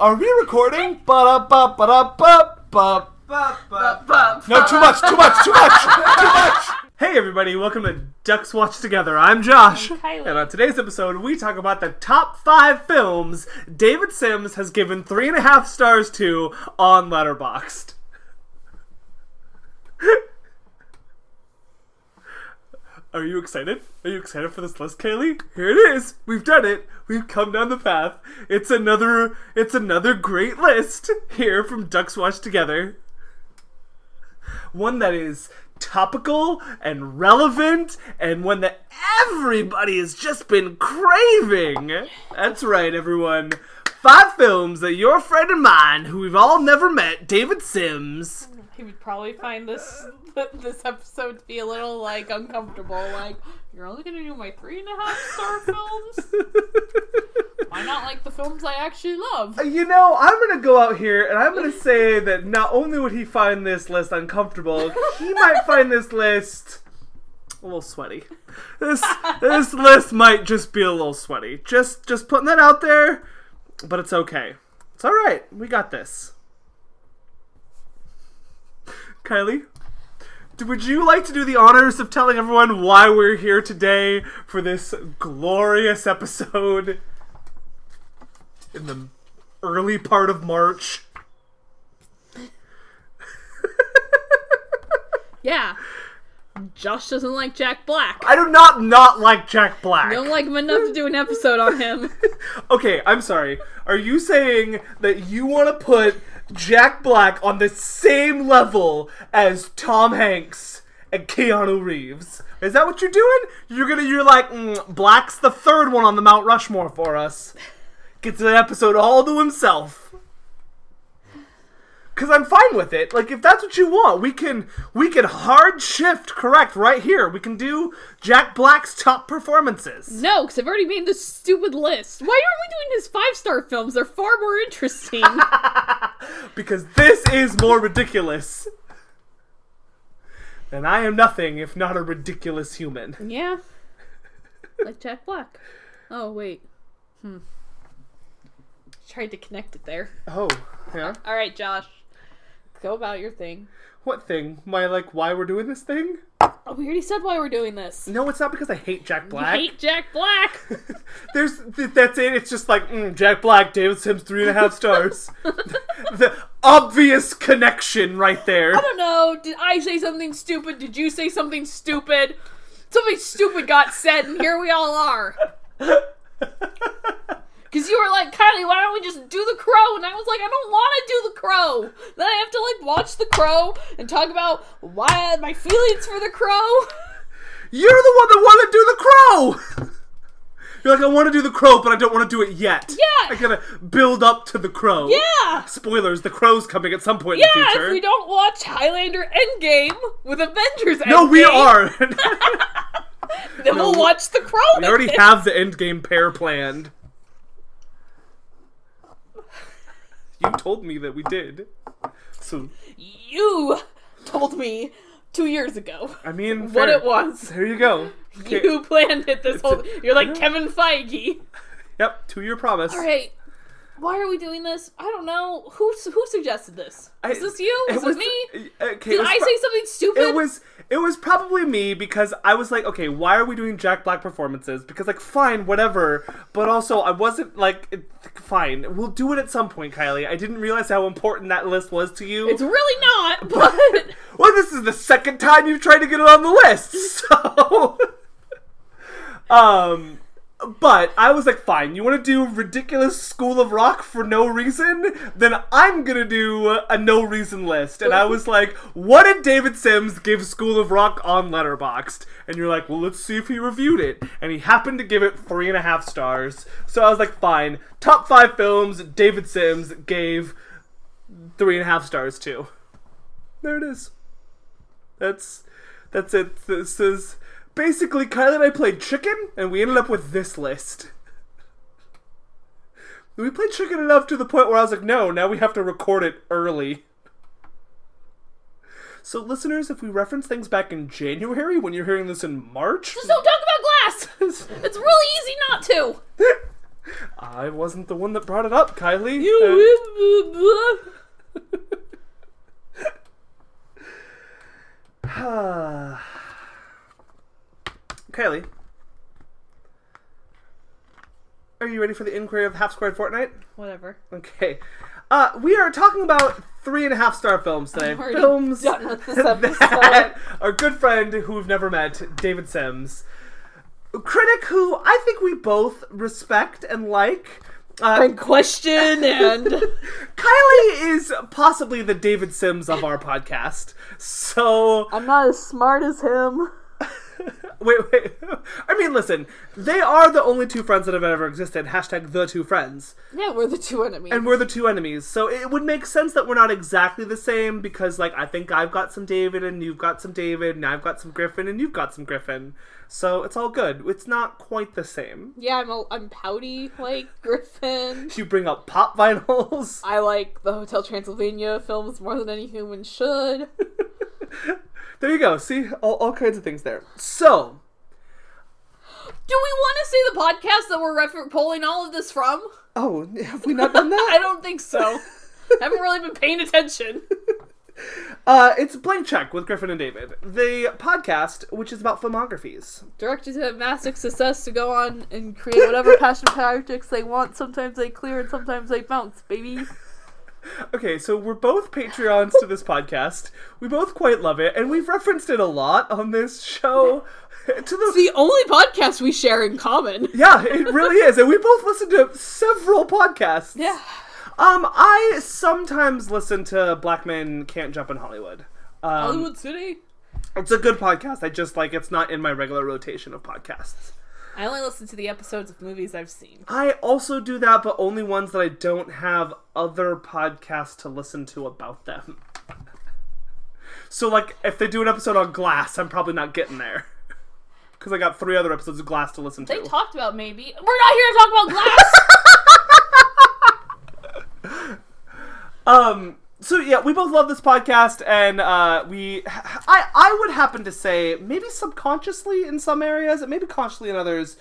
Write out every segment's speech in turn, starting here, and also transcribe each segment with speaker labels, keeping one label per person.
Speaker 1: Are we recording? Ba da ba ba da ba No, too much, too much, too much, too much.
Speaker 2: Hey everybody, welcome to Ducks Watch Together. I'm Josh.
Speaker 3: I'm Kyla.
Speaker 2: And on today's episode, we talk about the top five films David Sims has given three and a half stars to on Letterboxd. Are you excited? Are you excited for this list, Kaylee? Here it is. We've done it. We've come down the path. It's another it's another great list here from Ducks Watch Together one that is topical and relevant and one that everybody has just been craving. That's right, everyone. Five films that your friend and mine, who we've all never met, David Sims.
Speaker 3: He would probably find this this episode to be a little like uncomfortable. Like you're only gonna do my three and a half star films. Why not like the films I actually love?
Speaker 2: Uh, You know, I'm gonna go out here and I'm gonna say that not only would he find this list uncomfortable, he might find this list a little sweaty. This this list might just be a little sweaty. Just just putting that out there, but it's okay. It's all right. We got this. Kylie, d- would you like to do the honors of telling everyone why we're here today for this glorious episode in the early part of March?
Speaker 3: Yeah. Josh doesn't like Jack Black.
Speaker 2: I do not not like Jack Black.
Speaker 3: Don't like him enough to do an episode on him.
Speaker 2: okay, I'm sorry. Are you saying that you want to put Jack Black on the same level as Tom Hanks and Keanu Reeves? Is that what you're doing? You're gonna you're like mm, Black's the third one on the Mount Rushmore for us. Gets an episode all to himself. Cause I'm fine with it. Like if that's what you want, we can we can hard shift correct right here. We can do Jack Black's top performances.
Speaker 3: No, because I've already made this stupid list. Why aren't we doing his five star films? They're far more interesting.
Speaker 2: because this is more ridiculous. And I am nothing if not a ridiculous human.
Speaker 3: yeah. Like Jack Black. Oh wait. Hmm. Tried to connect it there.
Speaker 2: Oh, yeah.
Speaker 3: All right, Josh. Go about your thing.
Speaker 2: What thing? My like why we're doing this thing?
Speaker 3: Oh, we already said why we're doing this.
Speaker 2: No, it's not because I hate Jack Black.
Speaker 3: Hate Jack Black.
Speaker 2: There's th- that's it. It's just like mm, Jack Black, David Sims, three and a half stars. the obvious connection right there.
Speaker 3: I don't know. Did I say something stupid? Did you say something stupid? Something stupid got said, and here we all are. Because you were like, Kylie, why don't we just do the crow? And I was like, I don't want to do the crow. Then I have to like watch the crow and talk about why my feelings for the crow.
Speaker 2: You're the one that want to do the crow. You're like I want to do the crow, but I don't want to do it yet. I
Speaker 3: Yeah.
Speaker 2: gotta build up to the crow.
Speaker 3: Yeah.
Speaker 2: Spoilers, the crow's coming at some point in the
Speaker 3: Yeah,
Speaker 2: future.
Speaker 3: if we don't watch Highlander Endgame with Avengers Endgame.
Speaker 2: no, we are.
Speaker 3: Then we'll watch The Crow.
Speaker 2: we already
Speaker 3: then.
Speaker 2: have the endgame pair planned. You told me that we did. So,
Speaker 3: You told me two years ago
Speaker 2: I mean,
Speaker 3: what
Speaker 2: fair.
Speaker 3: it was.
Speaker 2: There you go. Okay,
Speaker 3: You planned it this whole. You're like
Speaker 2: Yeah.
Speaker 3: Kevin Feige.
Speaker 2: Yep, two year promise.
Speaker 3: All right. Why are we doing this? I don't know. Who who suggested this? Is
Speaker 2: I-
Speaker 3: this you?
Speaker 2: it
Speaker 3: Is this me?
Speaker 2: Okay, it
Speaker 3: Did
Speaker 2: was
Speaker 3: I
Speaker 2: pro-
Speaker 3: say something stupid?
Speaker 2: It was it was probably me because I was like, okay, why are we doing Jack Black performances? Because like, fine, whatever. But also, I wasn't like, it- fine, we'll do it at some point, Kylie. I didn't realize how important that list was to you.
Speaker 3: It's really not. But
Speaker 2: well, this is the second time you've tried to get it on the list, so. um. But I was like, fine, you want to do ridiculous School of Rock for no reason? Then I'm going to do a no reason list. And I was like, what did David Sims give School of Rock on Letterboxd? And you're like, well, let's see if he reviewed it. And he happened to give it three and a half stars. So I was like, fine, top five films David Sims gave three and a half stars to. There it is. That's that's it. This is basically Kyle and I played chicken, and we ended up with this list. We played chicken enough to the point where I was like, no, now we have to record it early. So, listeners, if we reference things back in January when you're hearing this in March,
Speaker 3: just don't talk about glass. It's really easy not to.
Speaker 2: I wasn't the one that brought it up, Kylie. Uh, Kylie. Are you ready for the inquiry of Half Squared Fortnite?
Speaker 3: Whatever.
Speaker 2: Okay. Uh, we are talking about three and a half star films today.
Speaker 3: I'm already
Speaker 2: films
Speaker 3: done with this
Speaker 2: that our good friend who we've never met, David Sims, a critic who I think we both respect and like. Uh,
Speaker 3: And question and
Speaker 2: Kylie is possibly the David Sims of our podcast. So
Speaker 3: I'm not as smart as him.
Speaker 2: wait, wait. I mean, listen. They are the only two friends that have ever existed. Hashtag the two friends.
Speaker 3: Yeah, we're the two enemies.
Speaker 2: And we're the two enemies. So it would make sense that we're not exactly the same because, like, I think I've got some David and you've got some David and I've got some Griffin and you've got some Griffin. So it's all good. It's not quite the same.
Speaker 3: yeah, I'm a, I'm pouty like Griffin.
Speaker 2: You bring up pop vinyls.
Speaker 3: I like the Hotel Transylvania films more than any human should.
Speaker 2: There you go. See, all, all kinds of things there. So,
Speaker 3: Do we want to say the podcast that we're refer- pulling all of this from?
Speaker 2: oh, have we not done that?
Speaker 3: I don't think so. Haven't really been paying attention.
Speaker 2: Uh, it's Blank Check with Griffin and David, the podcast which is about filmographies.
Speaker 3: Directors have massive success to go on and create whatever passion projects they want. Sometimes they clear and sometimes they bounce, baby.
Speaker 2: Okay, so we're both Patreons to this podcast. We both quite love it, and we've referenced it a lot on this show. to the
Speaker 3: It's the only podcast we share in common.
Speaker 2: yeah, it really is, and we both listen to several podcasts.
Speaker 3: Yeah.
Speaker 2: Um, I sometimes listen to Black Men Can't Jump in Hollywood. Um,
Speaker 3: Hollywood City.
Speaker 2: it's a good podcast. I just like it's not in my regular rotation of podcasts.
Speaker 3: I only listen to the episodes of movies I've seen.
Speaker 2: I also do that, but only ones that I don't have other podcasts to listen to about them. So, like, if they do an episode on Glass, I'm probably not getting there. Because I got three other episodes of Glass to listen
Speaker 3: They
Speaker 2: to.
Speaker 3: talked about maybe. We're not here to talk about glass.
Speaker 2: um, so yeah, we both love this podcast, and uh, we, I, I would happen to say, maybe subconsciously in some areas, and maybe consciously in others,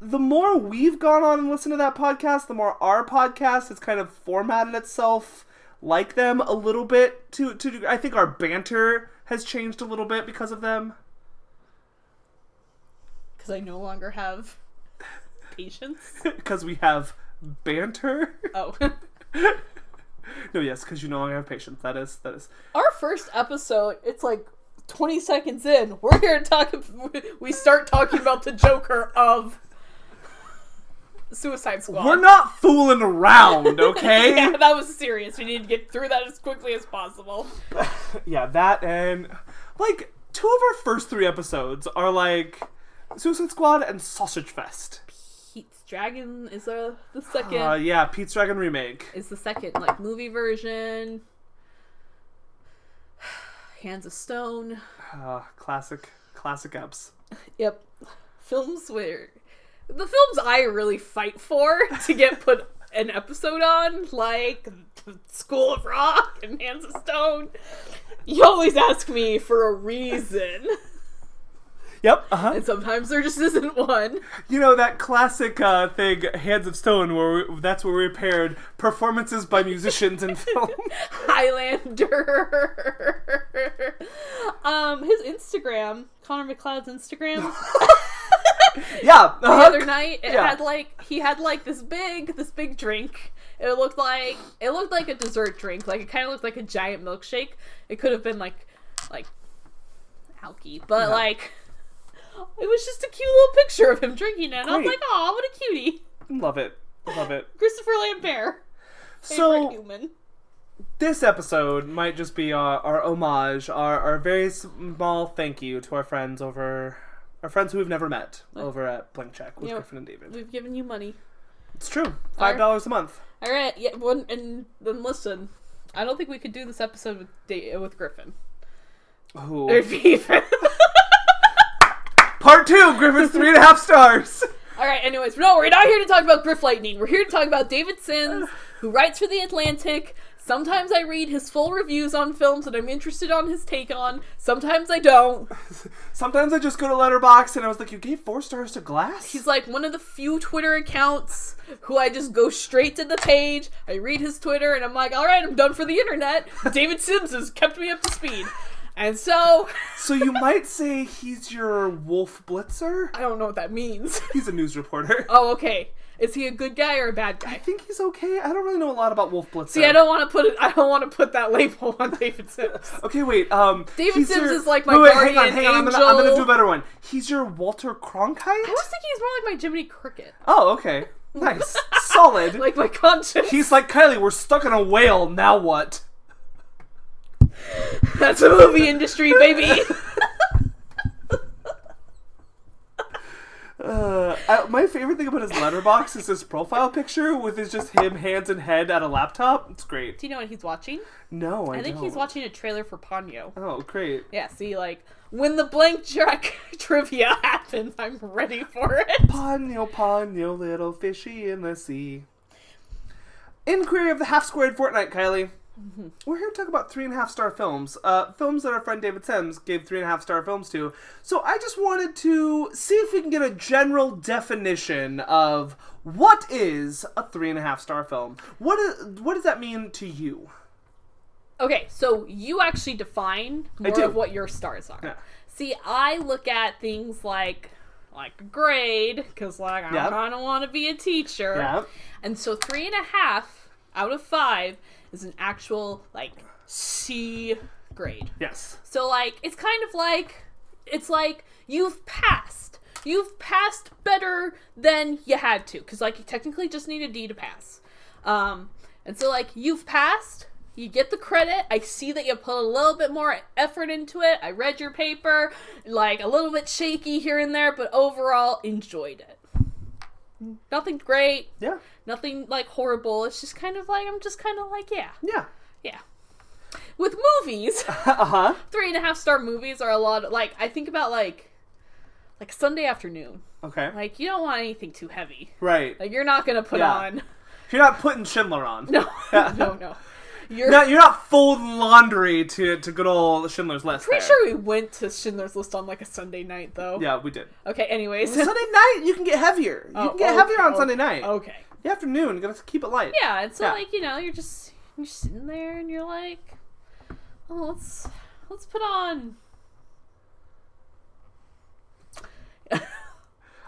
Speaker 2: the more we've gone on and listened to that podcast, the more our podcast has kind of formatted itself like them a little bit. To to, I think our banter has changed a little bit because of them.
Speaker 3: Because I no longer have patience.
Speaker 2: because we have banter.
Speaker 3: Oh.
Speaker 2: no, yes, because you no longer have patience. That is that is.
Speaker 3: Our first episode, it's like 20 seconds in. We're here to talk. We start talking about the Joker of Suicide Squad.
Speaker 2: We're not fooling around, okay?
Speaker 3: Yeah, that was serious. We need to get through that as quickly as possible.
Speaker 2: yeah, that and like two of our first three episodes are like Suicide Squad and Sausage Fest.
Speaker 3: Pete's Dragon is uh, the second.
Speaker 2: Uh, yeah, Pete's Dragon remake.
Speaker 3: is the second like movie version. Hands of Stone.
Speaker 2: Uh, classic, classic eps.
Speaker 3: Yep. Films where the films I really fight for to get put an episode on, like School of Rock and Hands of Stone. You always ask me for a reason.
Speaker 2: Yep. Uh huh.
Speaker 3: And sometimes there just isn't one.
Speaker 2: You know that classic uh, thing, Hands of Stone, where we, that's where we paired performances by musicians in film.
Speaker 3: Highlander. um, his Instagram, Connor McLeod's Instagram,
Speaker 2: yeah.
Speaker 3: the
Speaker 2: uh-huh.
Speaker 3: other night it
Speaker 2: Yeah.
Speaker 3: had like he had like this big this big drink it looked like it looked like a dessert drink like it kind of looked like a giant milkshake it could have been like like alky but like it was just a cute little picture of him drinking it and i was
Speaker 2: Great.
Speaker 3: like oh what a cutie
Speaker 2: Love it. Love it.
Speaker 3: christopher lambert favorite
Speaker 2: So
Speaker 3: human
Speaker 2: this episode might just be our, our homage, our, our very small thank you to our friends over our friends who we've never met over at Blank Check with
Speaker 3: Yeah.
Speaker 2: Griffin and David.
Speaker 3: we've given you money
Speaker 2: It's true. Five dollars a month.
Speaker 3: all right yeah one and then listen i don't think we could do this episode with Da- with griffin
Speaker 2: Ooh.
Speaker 3: or even
Speaker 2: Part two, Griffin's three and a half stars.
Speaker 3: All right. Anyways, no, we're not here to talk about Griff Lightning. We're here to talk about David Sims, who writes for the Atlantic, Sometimes I read his full reviews on films that I'm interested on his take on. Sometimes I don't.
Speaker 2: Sometimes I just go to Letterbox and I was like, you gave four stars to Glass?
Speaker 3: He's like one of the few Twitter accounts who I just go straight to the page. I read his Twitter and I'm like, all right, I'm done for the internet. David Sims has kept me up to speed. And so,
Speaker 2: so you might say he's your wolf blitzer?
Speaker 3: I don't know what that means.
Speaker 2: He's a news reporter.
Speaker 3: Oh, okay. Is he a good guy or a bad guy?
Speaker 2: I think he's okay. I don't really know a lot about Wolf Blitzer.
Speaker 3: See, I don't want to put it. I don't want to put that label on David Sims.
Speaker 2: Okay, wait. Um,
Speaker 3: David
Speaker 2: he's
Speaker 3: Sims
Speaker 2: your-
Speaker 3: is like my
Speaker 2: wait, wait, hang on,
Speaker 3: guardian
Speaker 2: hang on. I'm gonna, I'm gonna do a
Speaker 3: angel.
Speaker 2: better one. He's your Walter
Speaker 3: I was
Speaker 2: Cronkite.
Speaker 3: thinking he's more like my Jiminy Cricket,
Speaker 2: Oh, okay. Nice, solid.
Speaker 3: like my conscience.
Speaker 2: he's like Kylie. We're stuck in a whale. Now what?
Speaker 3: That's a movie industry, baby.
Speaker 2: Uh, I, my favorite thing about his letterbox is his profile picture with is just him hands and head at a laptop. It's great.
Speaker 3: Do you know what he's watching?
Speaker 2: No, I,
Speaker 3: I think
Speaker 2: don't.
Speaker 3: he's watching a trailer for Ponyo.
Speaker 2: Oh, great.
Speaker 3: Yeah, see, like when the blank track trivia happens, I'm ready for it.
Speaker 2: Ponyo, ponyo, little fishy in the sea. Inquiry of the half squared Fortnite, Kylie.
Speaker 3: Mm-hmm.
Speaker 2: We're here to talk about three and a half star films. Uh, films that our friend David Sims gave three and a half star films to. So I just wanted to see if we can get a general definition of what is a three and a half star film. What is, what does that mean to you?
Speaker 3: Okay, so you actually define more
Speaker 2: do.
Speaker 3: of what your stars are.
Speaker 2: Yeah.
Speaker 3: See, I look at things like like grade because like I
Speaker 2: Yeah.
Speaker 3: kind of want to be a teacher,
Speaker 2: Yeah.
Speaker 3: and so three and a half out of five is an actual like C grade.
Speaker 2: Yes.
Speaker 3: So like it's kind of like it's like you've passed. You've passed better than you had to cuz like you technically just need a D to pass. Um and so like you've passed, you get the credit. I see that you put a little bit more effort into it. I read your paper, like a little bit shaky here and there, but overall enjoyed it. Nothing great,
Speaker 2: Yeah.
Speaker 3: nothing like horrible. It's just kind of like I'm just kind of like yeah.
Speaker 2: Yeah.
Speaker 3: Yeah. With movies
Speaker 2: Uh huh.
Speaker 3: three and a half star movies are a lot like i think about like like sunday afternoon
Speaker 2: Okay.
Speaker 3: like you don't want anything too heavy
Speaker 2: Right.
Speaker 3: like you're not gonna put
Speaker 2: Yeah.
Speaker 3: on
Speaker 2: You're not putting Schindler on.
Speaker 3: no no no you're
Speaker 2: No, you're not folding laundry to, to good old Schindler's List.
Speaker 3: pretty
Speaker 2: there.
Speaker 3: sure we went to schindler's list on like a sunday night though
Speaker 2: Yeah, we did.
Speaker 3: okay anyways
Speaker 2: Sunday night, you can get heavier. You
Speaker 3: Oh,
Speaker 2: can get
Speaker 3: okay,
Speaker 2: heavier on
Speaker 3: okay,
Speaker 2: Sunday night.
Speaker 3: okay
Speaker 2: The afternoon, you gotta keep it light.
Speaker 3: yeah and so
Speaker 2: Yeah.
Speaker 3: like you know you're just you're sitting there and you're like oh let's let's put on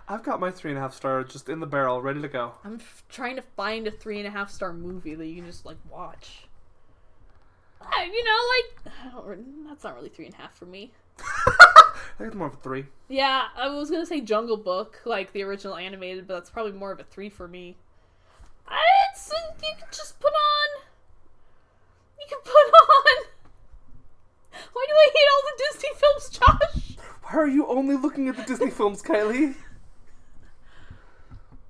Speaker 2: I've got my three and a half star just in the barrel, ready to go.
Speaker 3: i'm f- trying to find a three and a half star movie that you can just like watch Uh, you know, like I don't re- that's not really three and a half for me.
Speaker 2: I think it's more of a three.
Speaker 3: Yeah, I was gonna say Jungle Book, like the original animated, but that's probably more of a three for me. I, it's uh, you can just put on. You can put on. Why do I hate all the Disney films, Josh?
Speaker 2: Why are you only looking at the Disney films, Kylie?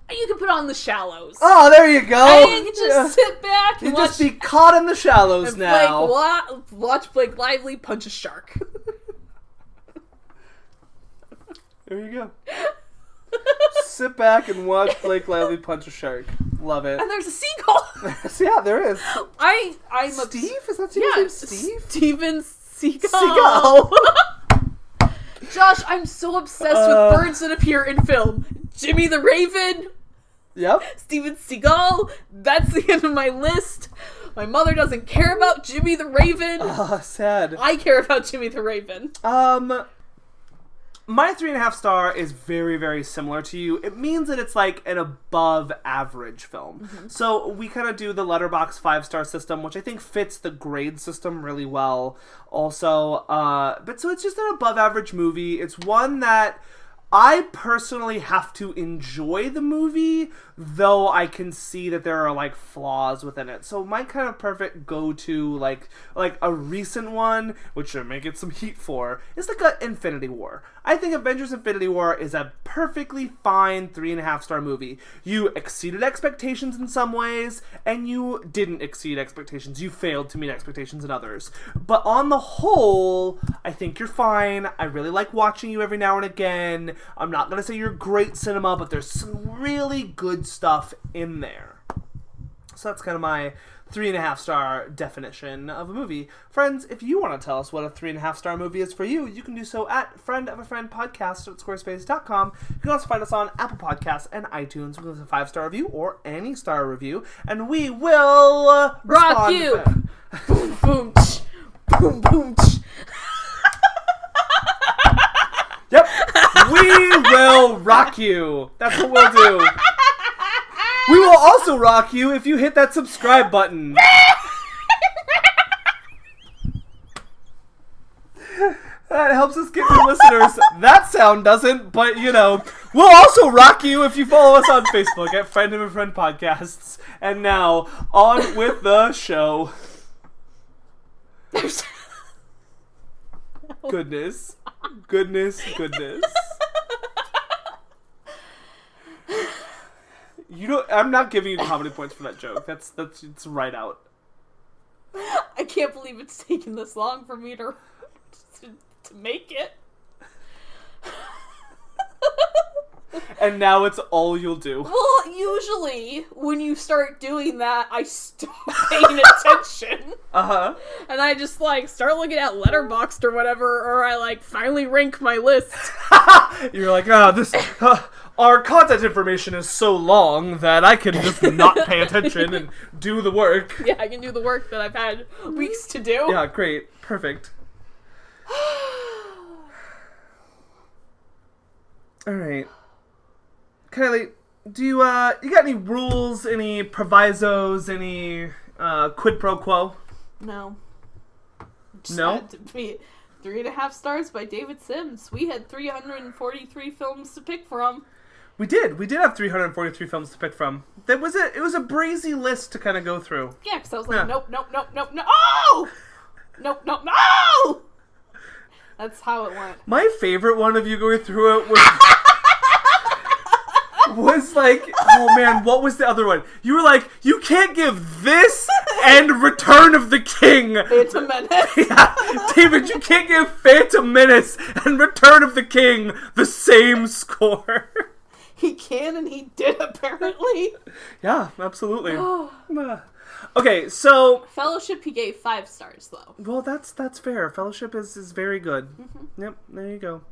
Speaker 3: You can put on The Shallows.
Speaker 2: Oh, there you go.
Speaker 3: I can just sit back
Speaker 2: You
Speaker 3: and
Speaker 2: just
Speaker 3: watch
Speaker 2: be caught in the shallows now.
Speaker 3: Blake wa- watch Blake Lively punch a shark.
Speaker 2: There you go. Sit back and watch Blake Lively punch a shark. Love it.
Speaker 3: and there's a seagull.
Speaker 2: So yeah, there is.
Speaker 3: I I'm obs-
Speaker 2: Steve? Is that
Speaker 3: Yeah,
Speaker 2: Steve's name? Steve?
Speaker 3: Steve? Steven Seagal.
Speaker 2: Seagal.
Speaker 3: Josh, I'm so obsessed
Speaker 2: Uh.
Speaker 3: with birds that appear in film. Jimmy the Raven,
Speaker 2: Yep.
Speaker 3: Steven Seagal. That's the end of my list. My mother doesn't care about Jimmy the Raven.
Speaker 2: Ah, sad.
Speaker 3: I care about Jimmy the Raven.
Speaker 2: Um, my three and a half star is very, very similar to you. It means that it's like an above average film. So we kind of do the letterbox five star system, which I think fits the grade system really well. Also, uh, but so it's just an above average movie. It's one that. I personally have to enjoy the movie, though I can see that there are like flaws within it. So my kind of perfect go-to, like like a recent one, which I may get some heat for, is like a Infinity War. I think Avengers: Infinity War is a perfectly fine three and a half star movie. You exceeded expectations in some ways, and you didn't exceed expectations. You failed to meet expectations in others. But on the whole, I think you're fine. I really like watching you every now and again. I'm not going to say you're great cinema, but there's some really good stuff in there. So that's kind of my three and a half star definition of a movie. Friends, if you want to tell us what a three and a half star movie is for you, you can do so at friend of a friend podcast at squarespace.com. You can also find us on Apple Podcasts and iTunes with a five star review or any star review, and we will uh,
Speaker 3: Rock
Speaker 2: respond
Speaker 3: you.
Speaker 2: back.
Speaker 3: boom, boom, tch, boom, boom. Tch.
Speaker 2: Yep. We will rock you. That's what we'll do. We will also rock you if you hit that subscribe button. That helps us get new listeners. That sound doesn't, but you know, we'll also rock you if you follow us on Facebook at Friend of a Friend Podcasts. And now, on with the show. Goodness. Goodness, goodness. You know, I'm not giving you comedy points for that joke. That's that's it's right out.
Speaker 3: I can't believe it's taken this long for me to to, to make it.
Speaker 2: And now it's all you'll do.
Speaker 3: Well, usually when you start doing that, I stop paying attention.
Speaker 2: Uh huh.
Speaker 3: And I just like start looking at Letterboxd or whatever, or I like finally rank my list.
Speaker 2: You're like, ah, this. Uh, our content information is so long that I can just not pay attention and do the work.
Speaker 3: yeah, I can do the work that I've had weeks to do.
Speaker 2: Yeah, great, perfect. All right, Kylie, do you uh, you got any rules, any provisos, any uh, quid pro quo?
Speaker 3: No. Just
Speaker 2: No?
Speaker 3: had to be three and a half stars by David Sims. We had 343 films to pick from.
Speaker 2: We did, we did have 343 films to pick from. That was a, it was a breezy list to kind of go through.
Speaker 3: Yeah, because I was like,
Speaker 2: Yeah.
Speaker 3: nope, nope, nope, nope, no. Oh! Nope, nope, no! That's how it went.
Speaker 2: My favorite one of you going through it was was like, oh man, what was the other one? You were like, you can't give this and Return of the King.
Speaker 3: Phantom Menace.
Speaker 2: Yeah, David, you can't give Phantom Menace and Return of the King the same score.
Speaker 3: he can and he did, apparently.
Speaker 2: Yeah, absolutely. okay, so
Speaker 3: Fellowship, he gave five stars, though.
Speaker 2: Well, that's that's fair. Fellowship is is very good. Yep, there you go.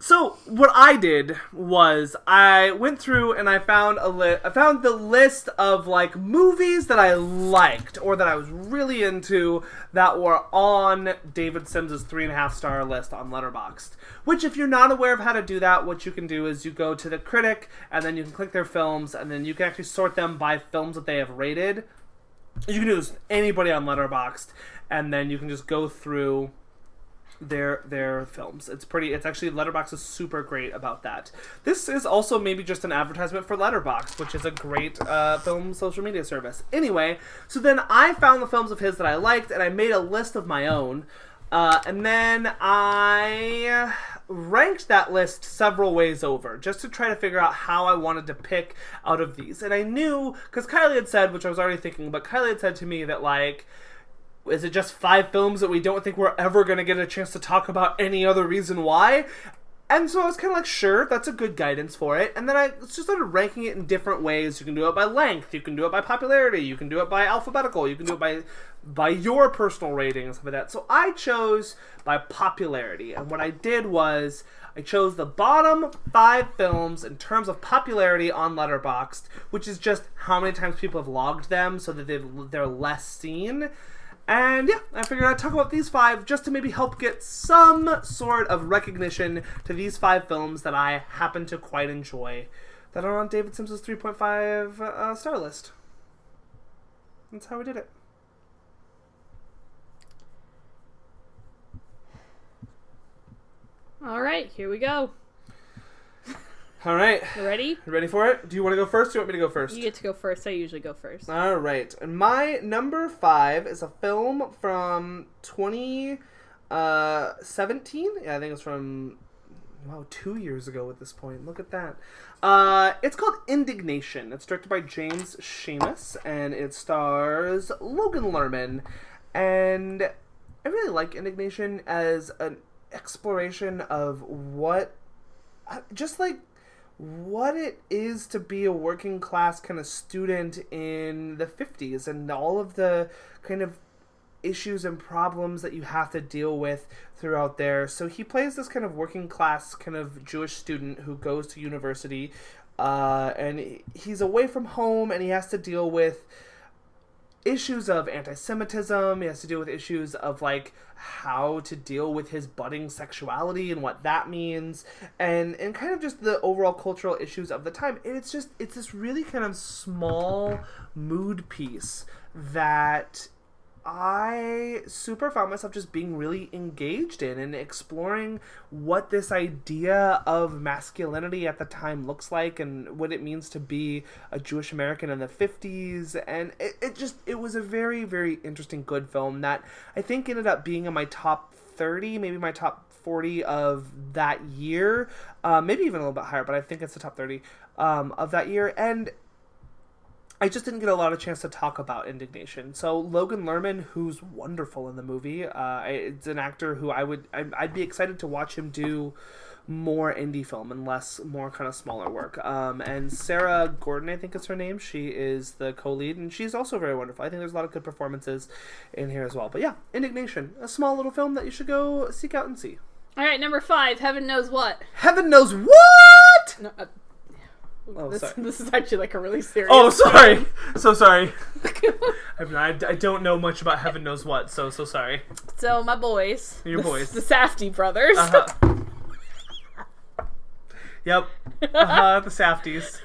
Speaker 2: So what I did was I went through and I found a li- I found the list of like movies that I liked or that I was really into that were on David Sims's three and a half star list on Letterboxd. Which, if you're not aware of how to do that, what you can do is you go to the critic and then you can click their films and then you can actually sort them by films that they have rated you can do this with anybody on letterboxd and then you can just go through their their films it's pretty it's actually letterboxd is super great about that this is also maybe just an advertisement for letterboxd which is a great uh, film social media service anyway so then i found the films of his that i liked and i made a list of my own uh, and then I ranked that list several ways over just to try to figure out how I wanted to pick out of these. And I knew, because Kylie had said, which I was already thinking, but Kylie had said to me that, like, is it just five films that we don't think we're ever going to get a chance to talk about any other reason why? And so I was kind of like, sure, that's a good guidance for it. And then I just started ranking it in different ways. You can do it by length, you can do it by popularity, you can do it by alphabetical, you can do it by by your personal rating and stuff like that. So I chose by popularity. And what I did was I chose the bottom five films in terms of popularity on Letterboxd, which is just how many times people have logged them so that they've, they're less seen. And yeah, I figured I'd talk about these five just to maybe help get some sort of recognition to these five films that I happen to quite enjoy that are on David Simpson's 3.5 uh, star list. That's how we did it.
Speaker 3: All right, here we go.
Speaker 2: All right.
Speaker 3: You ready?
Speaker 2: You ready for it? Do you want to go first? Or do you want me to go first?
Speaker 3: You get to go first. I usually go first.
Speaker 2: All right. And my number five is a film from 2017. Uh, 17? yeah, I think it's from, wow, two years ago at this point. Look at that. Uh, it's called Indignation. It's directed by James Sheamus, and it stars Logan Lerman. And I really like Indignation as an exploration of what, I- uh, just like what it is to be a working class kind of student in the 50s and all of the kind of issues and problems that you have to deal with throughout there. So he plays this kind of working class, kind of Jewish student who goes to university, uh, and he- he's away from home and he has to deal with issues of anti-Semitism. He has to deal with issues of like how to deal with his budding sexuality and what that means, and and kind of just the overall cultural issues of the time. And it's just it's this really kind of small mood piece that I super found myself just being really engaged in and exploring what this idea of masculinity at the time looks like and what it means to be a Jewish American in the 50s. And it, it just, it was a very, very interesting, good film that I think ended up being in my top 30, maybe my top 40 of that year. Uh, maybe even a little bit higher, but I think it's the top 30 um, of that year. And I just didn't get a lot of chance to talk about indignation. So Logan Lerman, who's wonderful in the movie, uh, I- it's an actor who I would I, I'd be excited to watch him do more indie film and less more kind of smaller work. Um, and Sarah Gordon, I think is her name. She is the co-lead, and she's also very wonderful. I think there's a lot of good performances in here as well. But yeah, indignation, a small little film that you should go seek out and see.
Speaker 3: All right, number five. Heaven knows what.
Speaker 2: Heaven knows what.
Speaker 3: No, uh,
Speaker 2: Oh,
Speaker 3: this,
Speaker 2: sorry.
Speaker 3: this is actually like a really serious.
Speaker 2: Oh, sorry. So sorry. I, mean, I, I don't know much about heaven knows what, so so sorry.
Speaker 3: so my boys,
Speaker 2: Your
Speaker 3: the,
Speaker 2: boys.
Speaker 3: the Safdie brothers.
Speaker 2: Uh-huh. Yep. Uh-huh, the Safties.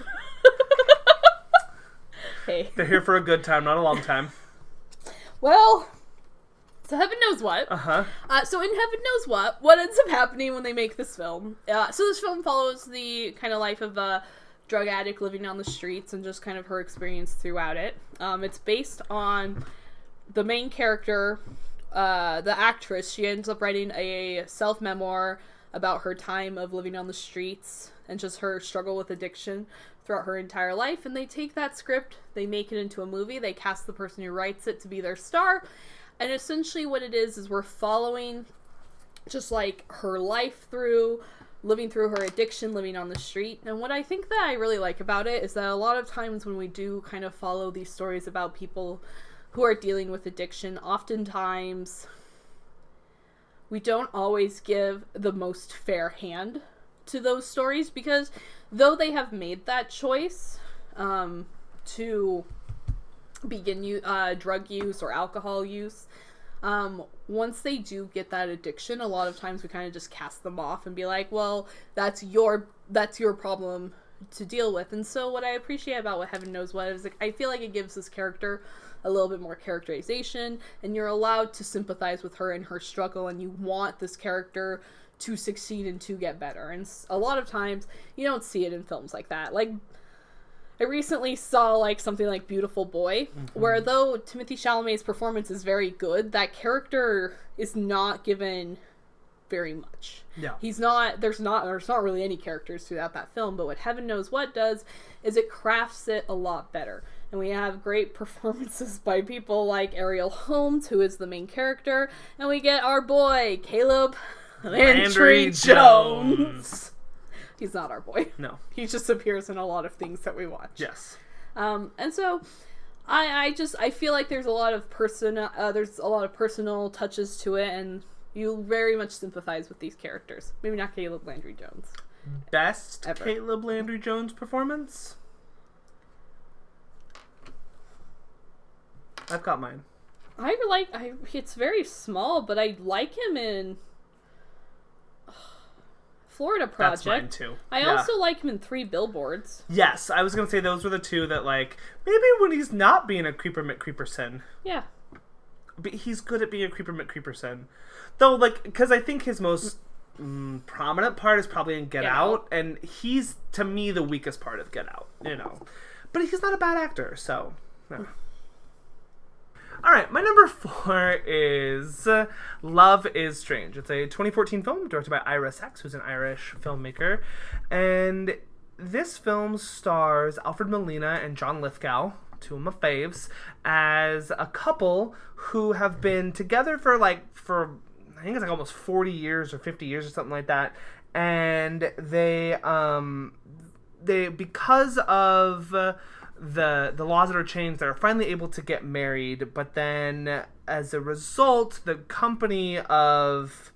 Speaker 3: hey,
Speaker 2: They're here for a good time, not a long time.
Speaker 3: well, so heaven knows what.
Speaker 2: Uh-huh.
Speaker 3: Uh, so in heaven knows what, what ends up happening when they make this film. Uh, so this film follows the kind of life of a drug addict living on the streets and just kind of her experience throughout it. Um, it's based on the main character, uh, the actress. She ends up writing a self memoir about her time of living on the streets and just her struggle with addiction throughout her entire life. And they take that script, they make it into a movie, they cast the person who writes it to be their star. And essentially, what it is is we're following just like her life through living through her addiction, living on the street. And what I think that I really like about it is that a lot of times when we do kind of follow these stories about people who are dealing with addiction, oftentimes we don't always give the most fair hand to those stories because though they have made that choice um, to begin u- uh, drug use or alcohol use. Um, once they do get that addiction, a lot of times we kind of just cast them off and be like, "Well, that's your that's your problem to deal with." And so, what I appreciate about what Heaven Knows What is like, I feel like it gives this character a little bit more characterization, and you're allowed to sympathize with her and her struggle, and you want this character to succeed and to get better. And s- a lot of times, you don't see it in films like that. Like I recently saw like something like Beautiful Boy, where though Timothy Chalamet's performance is very good, that character is not given very much.
Speaker 2: Yeah.
Speaker 3: He's not there's not there's not really any characters throughout that film, but what Heaven Knows What does is it crafts it a lot better. And we have great performances by people like Ariel Holmes, who is the main character, and we get our boy, Caleb Landry,
Speaker 2: Landry
Speaker 3: Jones.
Speaker 2: Jones.
Speaker 3: He's not our boy.
Speaker 2: No.
Speaker 3: He just appears in a lot of things that we watch.
Speaker 2: Yes.
Speaker 3: Um, and so I, I just I feel like there's a lot of person uh, there's a lot of personal touches to it, and you very much sympathize with these characters. Maybe not Caleb Landry Jones.
Speaker 2: Best
Speaker 3: Ever.
Speaker 2: Caleb Landry Jones performance? I've got mine.
Speaker 3: I like I it's very small, but I like him in Florida
Speaker 2: That's mine
Speaker 3: Project.
Speaker 2: too.
Speaker 3: I
Speaker 2: Yeah.
Speaker 3: also like him in Three Billboards.
Speaker 2: Yes, I was gonna say those were the two that like maybe when he's not being a creeper McCreeperson.
Speaker 3: Yeah.
Speaker 2: but he's good at being a creeper McCreeperson. Though, like, because I think his most mm, prominent part is probably in Get,
Speaker 3: Get
Speaker 2: Out,
Speaker 3: Out.
Speaker 2: and he's to me the weakest part of Get Out. You know, but he's not a bad actor, so. no. All right, my number four is uh, Love is Strange. It's a 2014 film directed by Ira Sachs, who's an Irish filmmaker. And this film stars Alfred Molina and John Lithgow, two of my faves, as a couple who have been together for like, for I think it's like almost 40 years or 50 years or something like that. And they, um, they because of uh, the the laws that are changed, they're finally able to get married. But then, as a result, the company of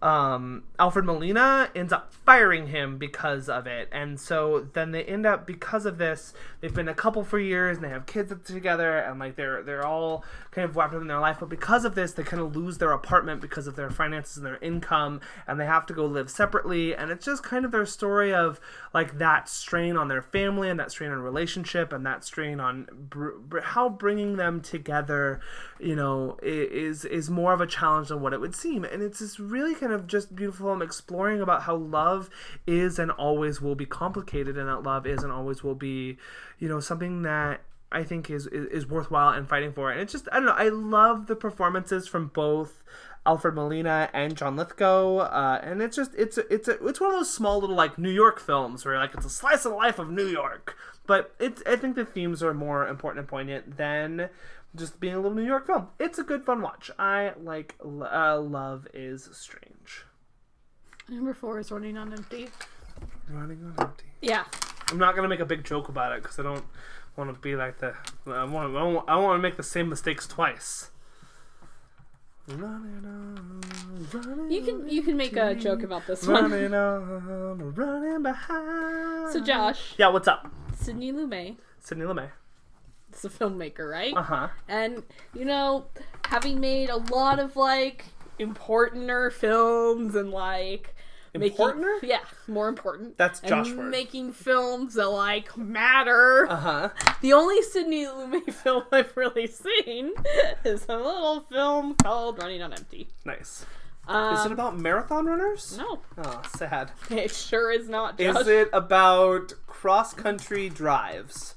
Speaker 2: um, Alfred Molina ends up firing him because of it. And so then they end up because of this. They've been a couple for years and they have kids together and like they're they're all kind of wrapped up in their life. But because of this, they kind of lose their apartment because of their finances and their income, and they have to go live separately. And it's just kind of their story of like that strain on their family and that strain on relationship and that strain on br- br- how bringing them together, you know, i- is is more of a challenge than what it would seem. And it's this really kind of just beautiful. I'm exploring about how love is and always will be complicated, and that love is and always will be, you know, something that I think is is, is worthwhile and fighting for. And it's just I don't know. I love the performances from both Alfred Molina and John Lithgow, uh, and it's just it's a, it's a, it's one of those small little like New York films where like it's a slice of life of New York. But it's I think the themes are more important and poignant than just being a little New York film. It's a good fun watch. I like uh, Love is Strange.
Speaker 3: Number four is running on empty.
Speaker 2: Running on empty.
Speaker 3: Yeah.
Speaker 2: I'm not gonna make a big joke about it because I don't want to be like the. I want. I want. I want to make the same mistakes twice. Running on, running
Speaker 3: You can you can make a joke about this
Speaker 2: on,
Speaker 3: one.
Speaker 2: running on, running behind.
Speaker 3: So Josh,
Speaker 2: Yeah, what's up,
Speaker 3: Sidney Lumet
Speaker 2: Sydney Lumet?
Speaker 3: is a filmmaker, right?
Speaker 2: Uh huh.
Speaker 3: And you know, having made a lot of like importanter films and like making-
Speaker 2: Importanter?
Speaker 3: yeah, more important.
Speaker 2: That's
Speaker 3: and
Speaker 2: Josh word.
Speaker 3: making films that like matter.
Speaker 2: Uh huh.
Speaker 3: The only Sidney Lumet film I've really seen is a little film called Running on Empty.
Speaker 2: Nice.
Speaker 3: Um,
Speaker 2: Is it about marathon runners?
Speaker 3: no,
Speaker 2: Oh, sad.
Speaker 3: it sure is not. Josh.
Speaker 2: Is it about cross country drives?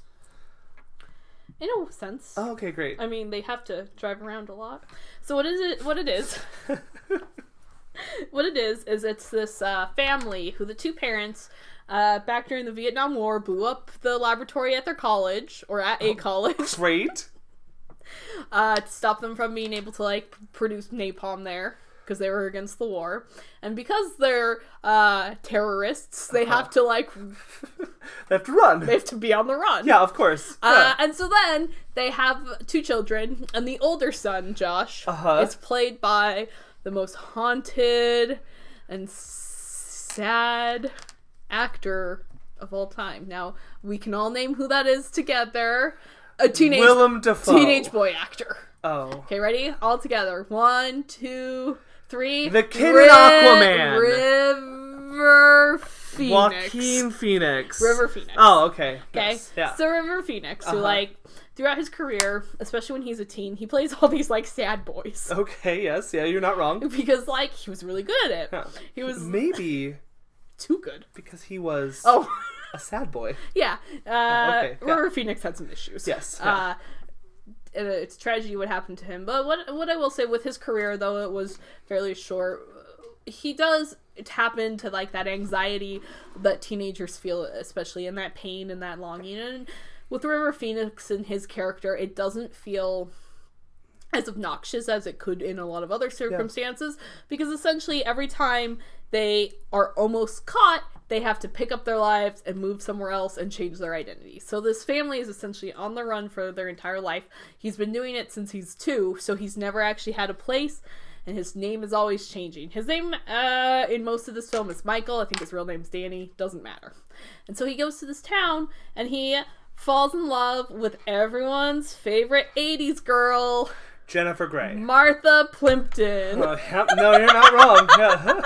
Speaker 3: in a sense?
Speaker 2: Oh, okay, great.
Speaker 3: I mean, they have to drive around a lot. So what is it? What it is? what it is is it's this uh, family who the two parents. Uh, back during the Vietnam War, blew up the laboratory at their college or at a college
Speaker 2: Great.
Speaker 3: uh, to stop them from being able to like produce napalm there because they were against the war, and because they're uh, terrorists, they have to like
Speaker 2: They have to run.
Speaker 3: they have to be on the run.
Speaker 2: yeah, of course.
Speaker 3: Uh,
Speaker 2: yeah.
Speaker 3: and so then they have two children, and the older son, Josh,
Speaker 2: Uh-huh.
Speaker 3: is played by the most haunted and sad actor of all time. Now we can all name who that is together. A teenage
Speaker 2: Willem Dafoe.
Speaker 3: teenage boy actor.
Speaker 2: Oh.
Speaker 3: Okay, ready? All together. One, two, three.
Speaker 2: The kid in Aquaman.
Speaker 3: River Phoenix.
Speaker 2: Joaquin Phoenix.
Speaker 3: River Phoenix.
Speaker 2: Oh, okay.
Speaker 3: Okay.
Speaker 2: Yes. Yeah.
Speaker 3: So River Phoenix, who
Speaker 2: Uh-huh.
Speaker 3: like throughout his career, especially when he's a teen, he plays all these like sad boys
Speaker 2: okay. Yes. Yeah. You're not wrong.
Speaker 3: because like he was really good at it.
Speaker 2: Yeah.
Speaker 3: He was
Speaker 2: Maybe
Speaker 3: too good.
Speaker 2: because he was
Speaker 3: Oh,
Speaker 2: a sad boy.
Speaker 3: yeah. Uh,
Speaker 2: okay, yeah.
Speaker 3: River Phoenix had some issues.
Speaker 2: Yes,
Speaker 3: Uh, and it's a tragedy what happened to him. But what what I will say with his career though it was fairly short. He does tap into like that anxiety that teenagers feel, especially in that pain and that longing. And with River Phoenix and his character, it doesn't feel as obnoxious as it could in a lot of other circumstances because essentially every time they are almost caught they have to pick up their lives and move somewhere else and change their identity so this family is essentially on the run for their entire life he's been doing it since he's two so he's never actually had a place and his name is always changing his name uh, in most of this film is michael i think his real name's danny doesn't matter and so he goes to this town and he falls in love with everyone's favorite 80s girl
Speaker 2: Jennifer Grey.
Speaker 3: Martha Plimpton.
Speaker 2: Oh, yep. No, you're not wrong. Yeah.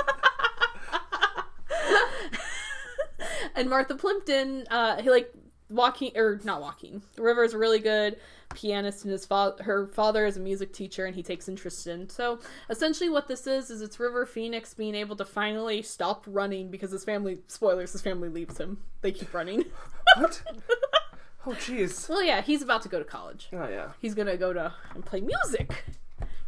Speaker 3: And Martha Plimpton, uh, he like walking or not walking. River's a really good pianist, and his fa- her father is a music teacher, and he takes interest in. So essentially, what this is is it's River Phoenix being able to finally stop running because his family. Spoilers: his family leaves him. They keep running.
Speaker 2: What? Oh, jeez.
Speaker 3: well, yeah, he's about to go to college.
Speaker 2: Oh, yeah.
Speaker 3: He's gonna go to and play music.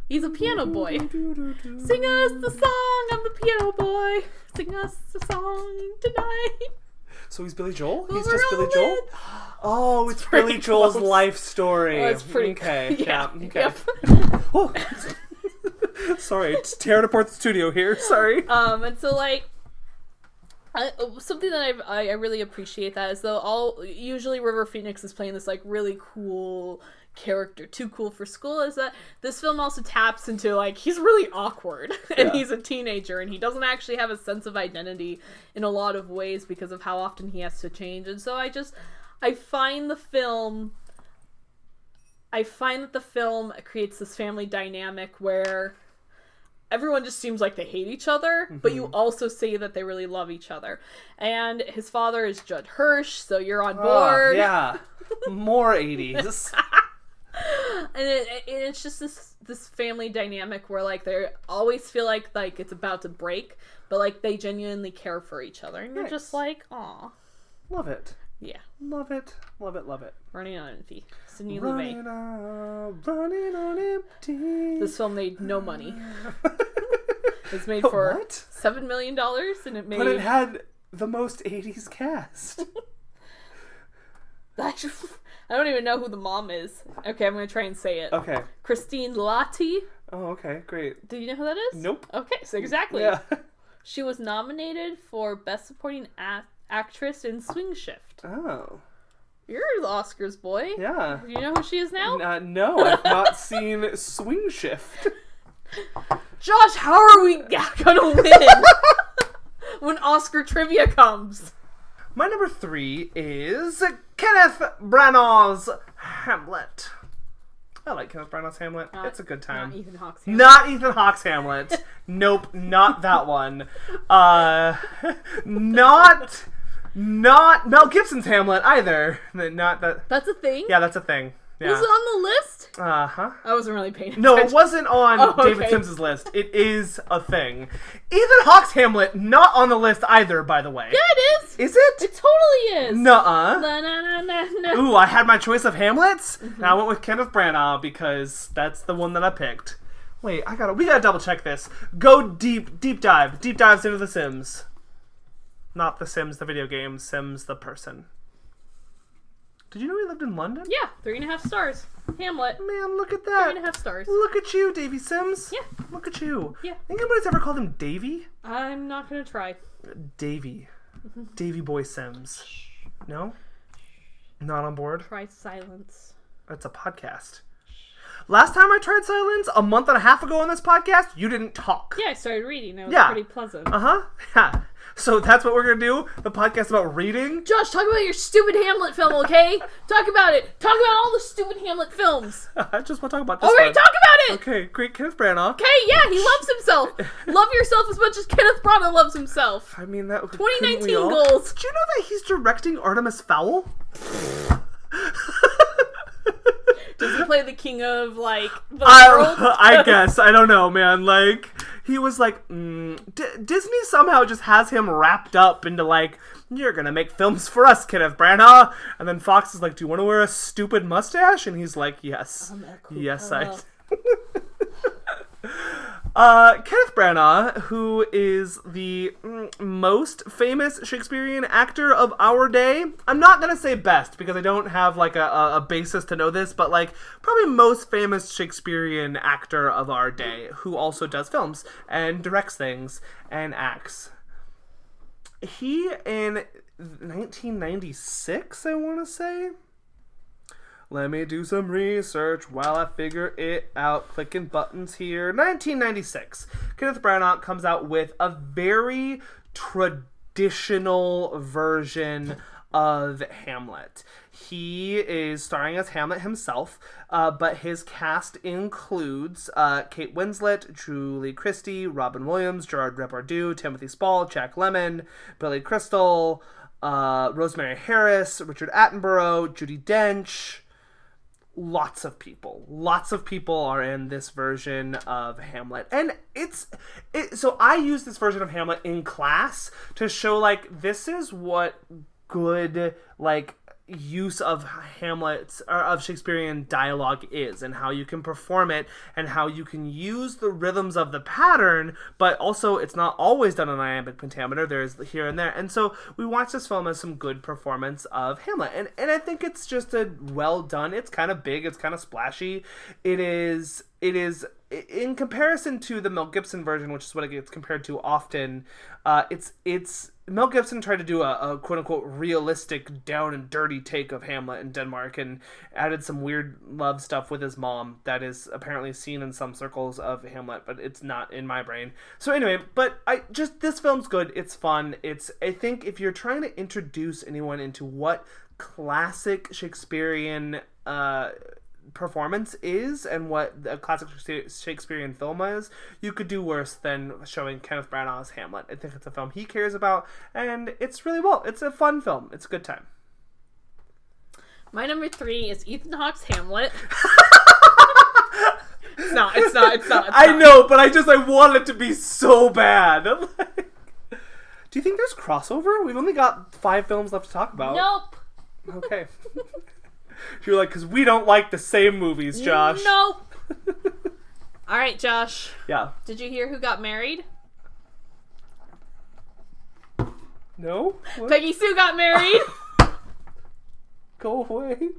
Speaker 3: He's a piano Oh, boy.
Speaker 2: Doo-doo-doo.
Speaker 3: Sing us the song. I'm the piano boy. Sing us the song tonight.
Speaker 2: So he's Billy Joel. He's
Speaker 3: We're
Speaker 2: just Billy
Speaker 3: all
Speaker 2: Joel.
Speaker 3: in.
Speaker 2: Oh, it's,
Speaker 3: pretty
Speaker 2: Billy Joel's
Speaker 3: close.
Speaker 2: life story.
Speaker 3: Oh, it's pretty
Speaker 2: okay.
Speaker 3: Yeah.
Speaker 2: Okay.
Speaker 3: Yep.
Speaker 2: Oh. Sorry, it's tearing apart the studio here. Sorry.
Speaker 3: um, and so like I, uh, something that I've, I I really appreciate that is though all usually River Phoenix is playing this like really cool character too cool for school is that this film also taps into like he's really awkward and
Speaker 2: Yeah.
Speaker 3: he's a teenager and he doesn't actually have a sense of identity in a lot of ways because of how often he has to change and so I just I find the film I find that the film creates this family dynamic where everyone just seems like they hate each other, but
Speaker 2: Mm-hmm.
Speaker 3: you also see that they really love each other. And his father is Judd Hirsch, so you're on board.
Speaker 2: Ah, yeah. More 80s.
Speaker 3: And it, it- it's just this this family dynamic where like they always feel like like it's about to break, but like they genuinely care for each other, and you're
Speaker 2: Nice.
Speaker 3: just like, aw,
Speaker 2: love it.
Speaker 3: yeah,
Speaker 2: Love it. Love it. Love it.
Speaker 3: running on empty. Sidney Lumet.
Speaker 2: Running on, running on empty.
Speaker 3: This film made no money. It's made for
Speaker 2: What?
Speaker 3: seven million dollars, and it made
Speaker 2: But it had the most 80s cast.
Speaker 3: I don't even know who the mom is. Okay, I'm gonna try and say it.
Speaker 2: Okay.
Speaker 3: Christine Lottie.
Speaker 2: Oh, okay. Great.
Speaker 3: Do you know who that is?
Speaker 2: Nope.
Speaker 3: Okay, so exactly.
Speaker 2: Yeah.
Speaker 3: She was nominated for Best Supporting a- Actress in Swing Shift.
Speaker 2: Oh.
Speaker 3: You're the Oscars boy.
Speaker 2: Yeah.
Speaker 3: Do you know who she is now?
Speaker 2: Uh, no, I've not seen Swing Shift.
Speaker 3: Josh, how are we gonna win when Oscar trivia comes?
Speaker 2: My number three is Kenneth Branagh's Hamlet. I like Kenneth Branagh's Hamlet. it's a good time.
Speaker 3: Not Ethan Hawke's
Speaker 2: Not Ethan Hawke's Hamlet. nope, not that one. Uh, not, not Mel Gibson's Hamlet either. Not that.
Speaker 3: That's a thing.
Speaker 2: Yeah, that's a thing.
Speaker 3: Was
Speaker 2: Yeah.
Speaker 3: it on the list?
Speaker 2: Uh huh.
Speaker 3: I wasn't really paying attention.
Speaker 2: No, it wasn't on
Speaker 3: Oh, okay.
Speaker 2: David Sims's list. It is a thing. Ethan Hawke's Hamlet not on the list either. By the way,
Speaker 3: Yeah, it is.
Speaker 2: is it?
Speaker 3: It totally is.
Speaker 2: Nuh-uh.
Speaker 3: Na, na, na, na, na.
Speaker 2: Ooh, I had my choice of Hamlets,
Speaker 3: Mm-hmm.
Speaker 2: and I went with Kenneth Branagh because that's the one that I picked. Wait, I gotta we gotta double check this. Go deep, deep dive, deep dives into The Sims. Not The Sims, the video game. Sims, the person. Did you know he lived in London?
Speaker 3: Yeah, three and a half stars. Hamlet,
Speaker 2: Man, look at
Speaker 3: three and a
Speaker 2: that.
Speaker 3: half stars.
Speaker 2: Look at you, Davy Sims.
Speaker 3: Yeah.
Speaker 2: Look at you.
Speaker 3: Yeah.
Speaker 2: Think anybody's ever called him Davy?
Speaker 3: I'm not gonna try.
Speaker 2: Davy.
Speaker 3: Mm-hmm.
Speaker 2: Davy Boy Sims. No? Not on board?
Speaker 3: Try silence.
Speaker 2: It's a podcast. Last time I tried silence, a month and a half ago on this podcast, you didn't talk.
Speaker 3: Yeah, I started reading. It was
Speaker 2: Yeah.
Speaker 3: pretty pleasant.
Speaker 2: Uh huh. Yeah. So that's what we're gonna do. The podcast about reading.
Speaker 3: Josh, talk about your stupid Hamlet film, okay? talk about it. Talk about all the stupid Hamlet films.
Speaker 2: I just want to talk about this.
Speaker 3: All right,
Speaker 2: one.
Speaker 3: Oh, talk about it. Okay.
Speaker 2: Okay, great, Kenneth Branagh.
Speaker 3: yeah, he loves himself. Love yourself as much as Kenneth Branagh loves himself.
Speaker 2: I mean that. couldn't we
Speaker 3: 2019
Speaker 2: all-
Speaker 3: goals.
Speaker 2: Did you know that he's directing Artemis Fowl?
Speaker 3: Does he play the king of like the world?
Speaker 2: I, I guess I don't know, man. Like he was like mm, D- Disney somehow just has him wrapped up into like you're gonna make films for us, Kenneth Branagh. And then Fox is like, "Do you want to wear a stupid mustache?" And he's like, "Yes,
Speaker 3: a cool
Speaker 2: yes, I."
Speaker 3: fellow.
Speaker 2: Uh, Kenneth Branagh, who is the mm, most famous Shakespearean actor of our day, I'm not gonna say best because I don't have like a, a, a basis to know this, but like probably most famous Shakespearean actor of our day, who also does films and directs things and acts. He in 1996, I want to say. Let me do some research while I figure it out. Clicking buttons here. 1996. Kenneth Branagh comes out with a very traditional version of Hamlet. He is starring as Hamlet himself, uh, but his cast includes uh, Kate Winslet, Julie Christie, Robin Williams, Gerard Depardieu, Timothy Spall, Jack Lemmon, Billy Crystal, uh, Rosemary Harris, Richard Attenborough, Judy Dench lots of people lots of people are in this version of hamlet and it's it, so i use this version of hamlet in class to show like this is what good like use of hamlet's or of shakespearean dialogue is and how you can perform it and how you can use the rhythms of the pattern but also it's not always done in iambic pentameter there's here and there and so we watch this film as some good performance of hamlet and and i think it's just a well done it's kind of big it's kind of splashy it is it is i- in comparison to the Mel Gibson version, which is what it gets compared to often, uh, it's it's Mel Gibson tried to do a, a quote unquote realistic, down and dirty take of Hamlet in Denmark, and added some weird love stuff with his mom that is apparently seen in some circles of Hamlet, but it's not in my brain. So anyway, but I just this film's good. It's fun. It's I think if you're trying to introduce anyone into what classic Shakespearean uh, performance is and what a classic Shakespeare- Shakespearean film is, you could do worse than showing Kenneth Branagh's Hamlet. I think it's a film he cares about, and it's really well. It's a fun film. It's a good time.
Speaker 3: My number three is Ethan Hawke's Hamlet. it's not. It's not. It's not. It's
Speaker 2: I
Speaker 3: not.
Speaker 2: know, but I just I want it to be so bad. I'm like- do you think there's crossover? We've only got five films left to talk about.
Speaker 3: Nope.
Speaker 2: Okay. You're like, because we don't like the same movies, Josh.
Speaker 3: Nope. All right, Josh.
Speaker 2: Yeah.
Speaker 3: Did you hear who got married?
Speaker 2: No. What?
Speaker 3: Peggy Sue got married.
Speaker 2: Go away.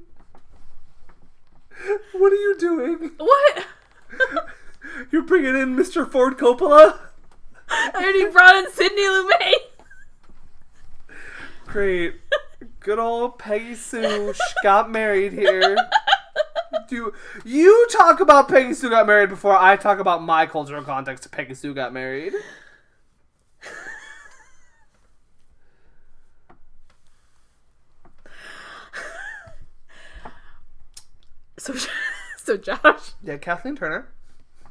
Speaker 2: What are you doing?
Speaker 3: what?
Speaker 2: You're bringing in Mr. Ford Coppola?
Speaker 3: I already brought in Sydney Lumet.
Speaker 2: Great. Good old Peggy Sue sh- got married here. Do you talk about Peggy Sue got married before I talk about my cultural context of Peggy Sue got married?
Speaker 3: So, so Josh.
Speaker 2: Yeah, Kathleen Turner,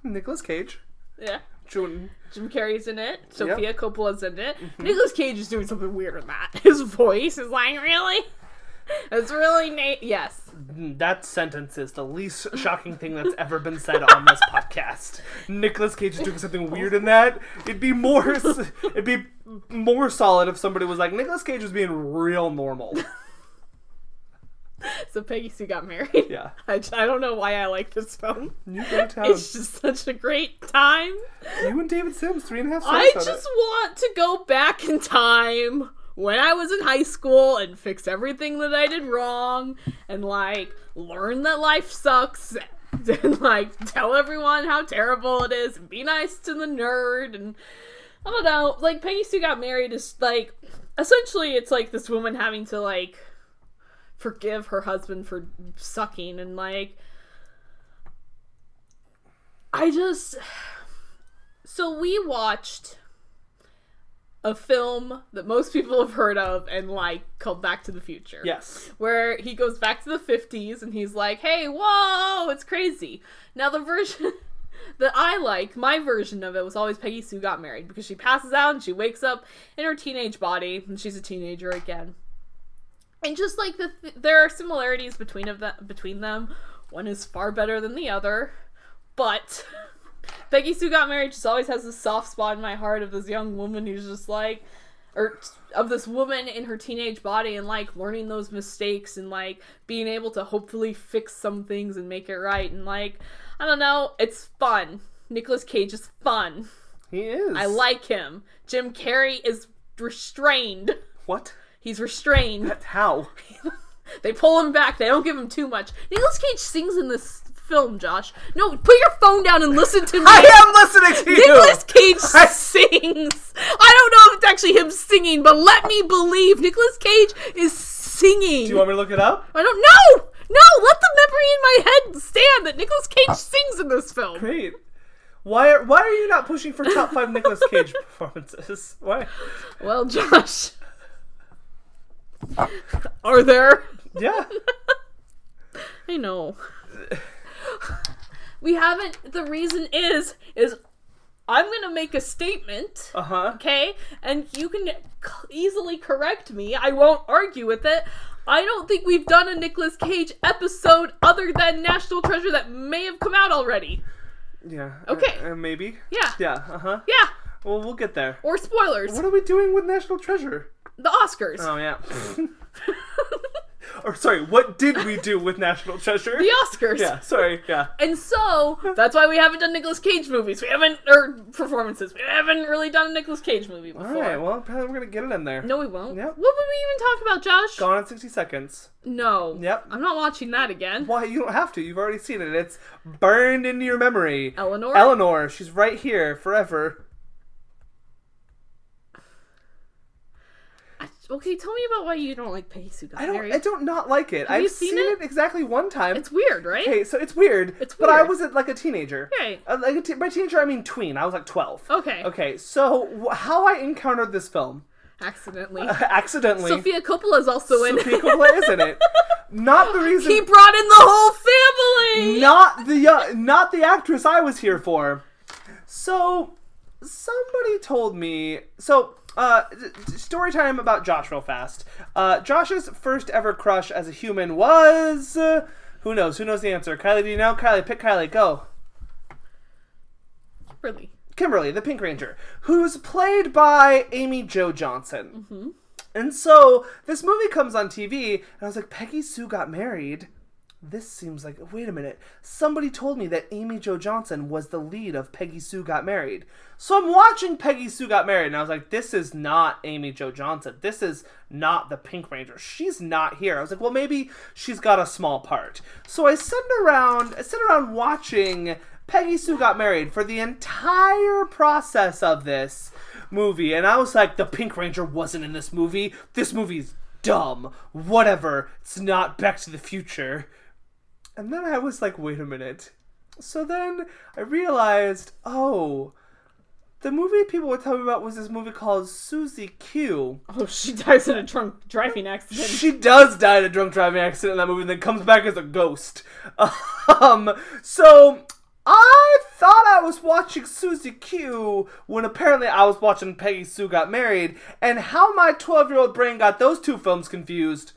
Speaker 2: Nicolas Cage,
Speaker 3: Yeah.
Speaker 2: June.
Speaker 3: Jim Carrey's in it. Sophia Coppola's in it.
Speaker 2: Mm-hmm.
Speaker 3: Nicholas Cage is doing something weird in that. His voice is like, really? It's really na Yes.
Speaker 2: That sentence is the least shocking thing that's ever been said on this podcast. Nicolas Cage is doing something weird in that. It'd be more, s- it'd be more solid if somebody was like Nicolas Cage was being real normal.
Speaker 3: So Peggy Sue got married.
Speaker 2: Yeah, Um,
Speaker 3: I, I don't know why I like this film.
Speaker 2: you go to town.
Speaker 3: It's just such a great time.
Speaker 2: You and David Sims, three and a half stars.
Speaker 3: I
Speaker 2: on it.
Speaker 3: just want to go back in time when I was in high school and fix everything that I did wrong and like learn that life sucks and like tell everyone how terrible it is and be nice to the nerd and I don't know. Like Peggy Sue got married is like essentially it's like this woman having to like forgive her husband for sucking and like I just so we watched a film that most people have heard of and like called Back to the Future.
Speaker 2: Yes.
Speaker 3: Where he goes back to the 50s and he's like, hey, whoa, it's crazy. Now, the version that I like, my version of it, was always Peggy Sue got married because she passes out and she wakes up in her teenage body and she's a teenager again. And just like the th- there are similarities between of them, between them, one is far better than the other, but Peggy Sue got married just always has this soft spot in my heart of this young woman who's just like, or t- of this woman in her teenage body and like learning those mistakes and like being able to hopefully fix some things and make it right and like I don't know, it's fun. Nicolas Cage is fun.
Speaker 2: He is.
Speaker 3: I like him. Jim Carrey is restrained.
Speaker 2: what?
Speaker 3: He's restrained.
Speaker 2: How?
Speaker 3: They pull him back. They don't give him too much. Nicolas Cage sings in this film, Josh. No, put your phone down and listen to me.
Speaker 2: I am listening to you.
Speaker 3: Nicolas Cage sings. I don't know if it's actually him singing, but let me believe Nicolas Cage is singing.
Speaker 2: Do you want me to look it up?
Speaker 3: I don't know. No, let the memory in my head stand that Nicolas Cage sings in this film.
Speaker 2: Great. Why are Why are you not pushing for top five Nicolas Cage performances? Why?
Speaker 3: Well, Josh, are there?
Speaker 2: Yeah.
Speaker 3: I know. We haven't. The reason is is I'm gonna make a statement.
Speaker 2: Uh huh.
Speaker 3: okay? And you can c- easily correct me. I won't argue with it. I don't think we've done a Nicolas Cage episode other than National Treasure that may have come out already.
Speaker 2: Yeah.
Speaker 3: Okay.
Speaker 2: Uh, uh, maybe.
Speaker 3: Yeah.
Speaker 2: Yeah. Uh huh.
Speaker 3: Yeah.
Speaker 2: Well, we'll get there.
Speaker 3: Or spoilers.
Speaker 2: Oh, What are we doing with National Treasure?
Speaker 3: The Oscars.
Speaker 2: Oh yeah. or sorry, what did we do with National Treasure?
Speaker 3: The Oscars.
Speaker 2: Yeah, sorry, yeah.
Speaker 3: And so that's why we haven't done Nicolas Cage movies. We haven't or performances. We haven't really done a Nicolas Cage movie before.
Speaker 2: All right, well, probably we're gonna get it in there.
Speaker 3: no, we won't.
Speaker 2: Yep.
Speaker 3: What would we even talk about, Josh?
Speaker 2: Gone in sixty seconds.
Speaker 3: No.
Speaker 2: Yep.
Speaker 3: I'm not watching that again.
Speaker 2: Why you don't have to? You've already seen it. It's burned into your memory.
Speaker 3: Eleanor?
Speaker 2: Eleanor. She's right here forever.
Speaker 3: I- okay, tell me about why you don't like Peggy Sue
Speaker 2: I don't.
Speaker 3: Gallagher.
Speaker 2: I don't not like it.
Speaker 3: Have
Speaker 2: I've
Speaker 3: you seen it?
Speaker 2: exactly one time.
Speaker 3: It's weird, right?
Speaker 2: okay, so it's weird.
Speaker 3: It's
Speaker 2: But I
Speaker 3: weird.
Speaker 2: was uh, like a teenager.
Speaker 3: Right.
Speaker 2: Uh, Like a te- by teenager, I mean tween. I was like twelve.
Speaker 3: Okay.
Speaker 2: Okay. So wh- how I encountered this film
Speaker 3: Accidentally.
Speaker 2: accidentally.
Speaker 3: Sophia Coppola's also in
Speaker 2: Sophia
Speaker 3: it.
Speaker 2: Coppola is in it. Not the reason.
Speaker 3: he brought in the whole family.
Speaker 2: not the uh, not the actress I was here for. So somebody told me. So uh, d- d- story time about Josh real fast. Uh, Josh's first ever crush as a human was uh, who knows? Who knows the answer? Kylie, do you know? Kylie, pick Kylie. Go.
Speaker 3: Really.
Speaker 2: Kimberly, the Pink Ranger, who's played by Amy Jo Johnson. And so this movie comes on TV, and I was like, Peggy Sue got married. This seems like, wait a minute. Somebody told me that Amy Jo Johnson was the lead of Peggy Sue Got Married. So I'm watching Peggy Sue Got Married, and I was like, this is not Amy Jo Johnson. This is not the Pink Ranger. She's not here. I was like, well, maybe she's got a small part. So I sit around, I sit around watching Peggy Sue got married for the entire process of this movie, and I was like, the Pink Ranger wasn't in this movie. This movie's dumb. Whatever. It's not Back to the Future. And then I was like, wait a minute. So then I realized, oh, the movie people were telling me about was this movie called Susie Q.
Speaker 3: Oh, she dies in a drunk driving accident.
Speaker 2: She does die in a drunk driving accident in that movie, and then comes back as a ghost. Um, so I thought I was watching Susie Q when apparently I was watching Peggy Sue Got Married, and how my twelve-year-old brain got those two films confused.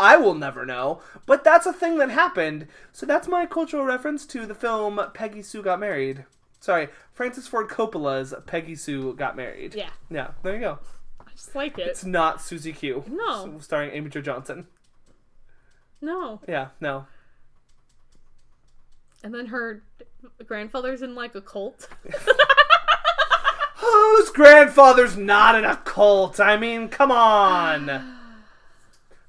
Speaker 2: I will never know, but that's a thing that happened. So that's my cultural reference to the film Peggy Sue Got Married. Sorry, Francis Ford Coppola's Peggy Sue Got Married.
Speaker 3: Yeah.
Speaker 2: Yeah, there you go.
Speaker 3: I just like it.
Speaker 2: It's not Susie Q.
Speaker 3: No.
Speaker 2: Starring Amy Jo Johnson.
Speaker 3: No.
Speaker 2: Yeah, no.
Speaker 3: And then her grandfather's in like a cult.
Speaker 2: Whose grandfather's not in a cult? I mean, come on.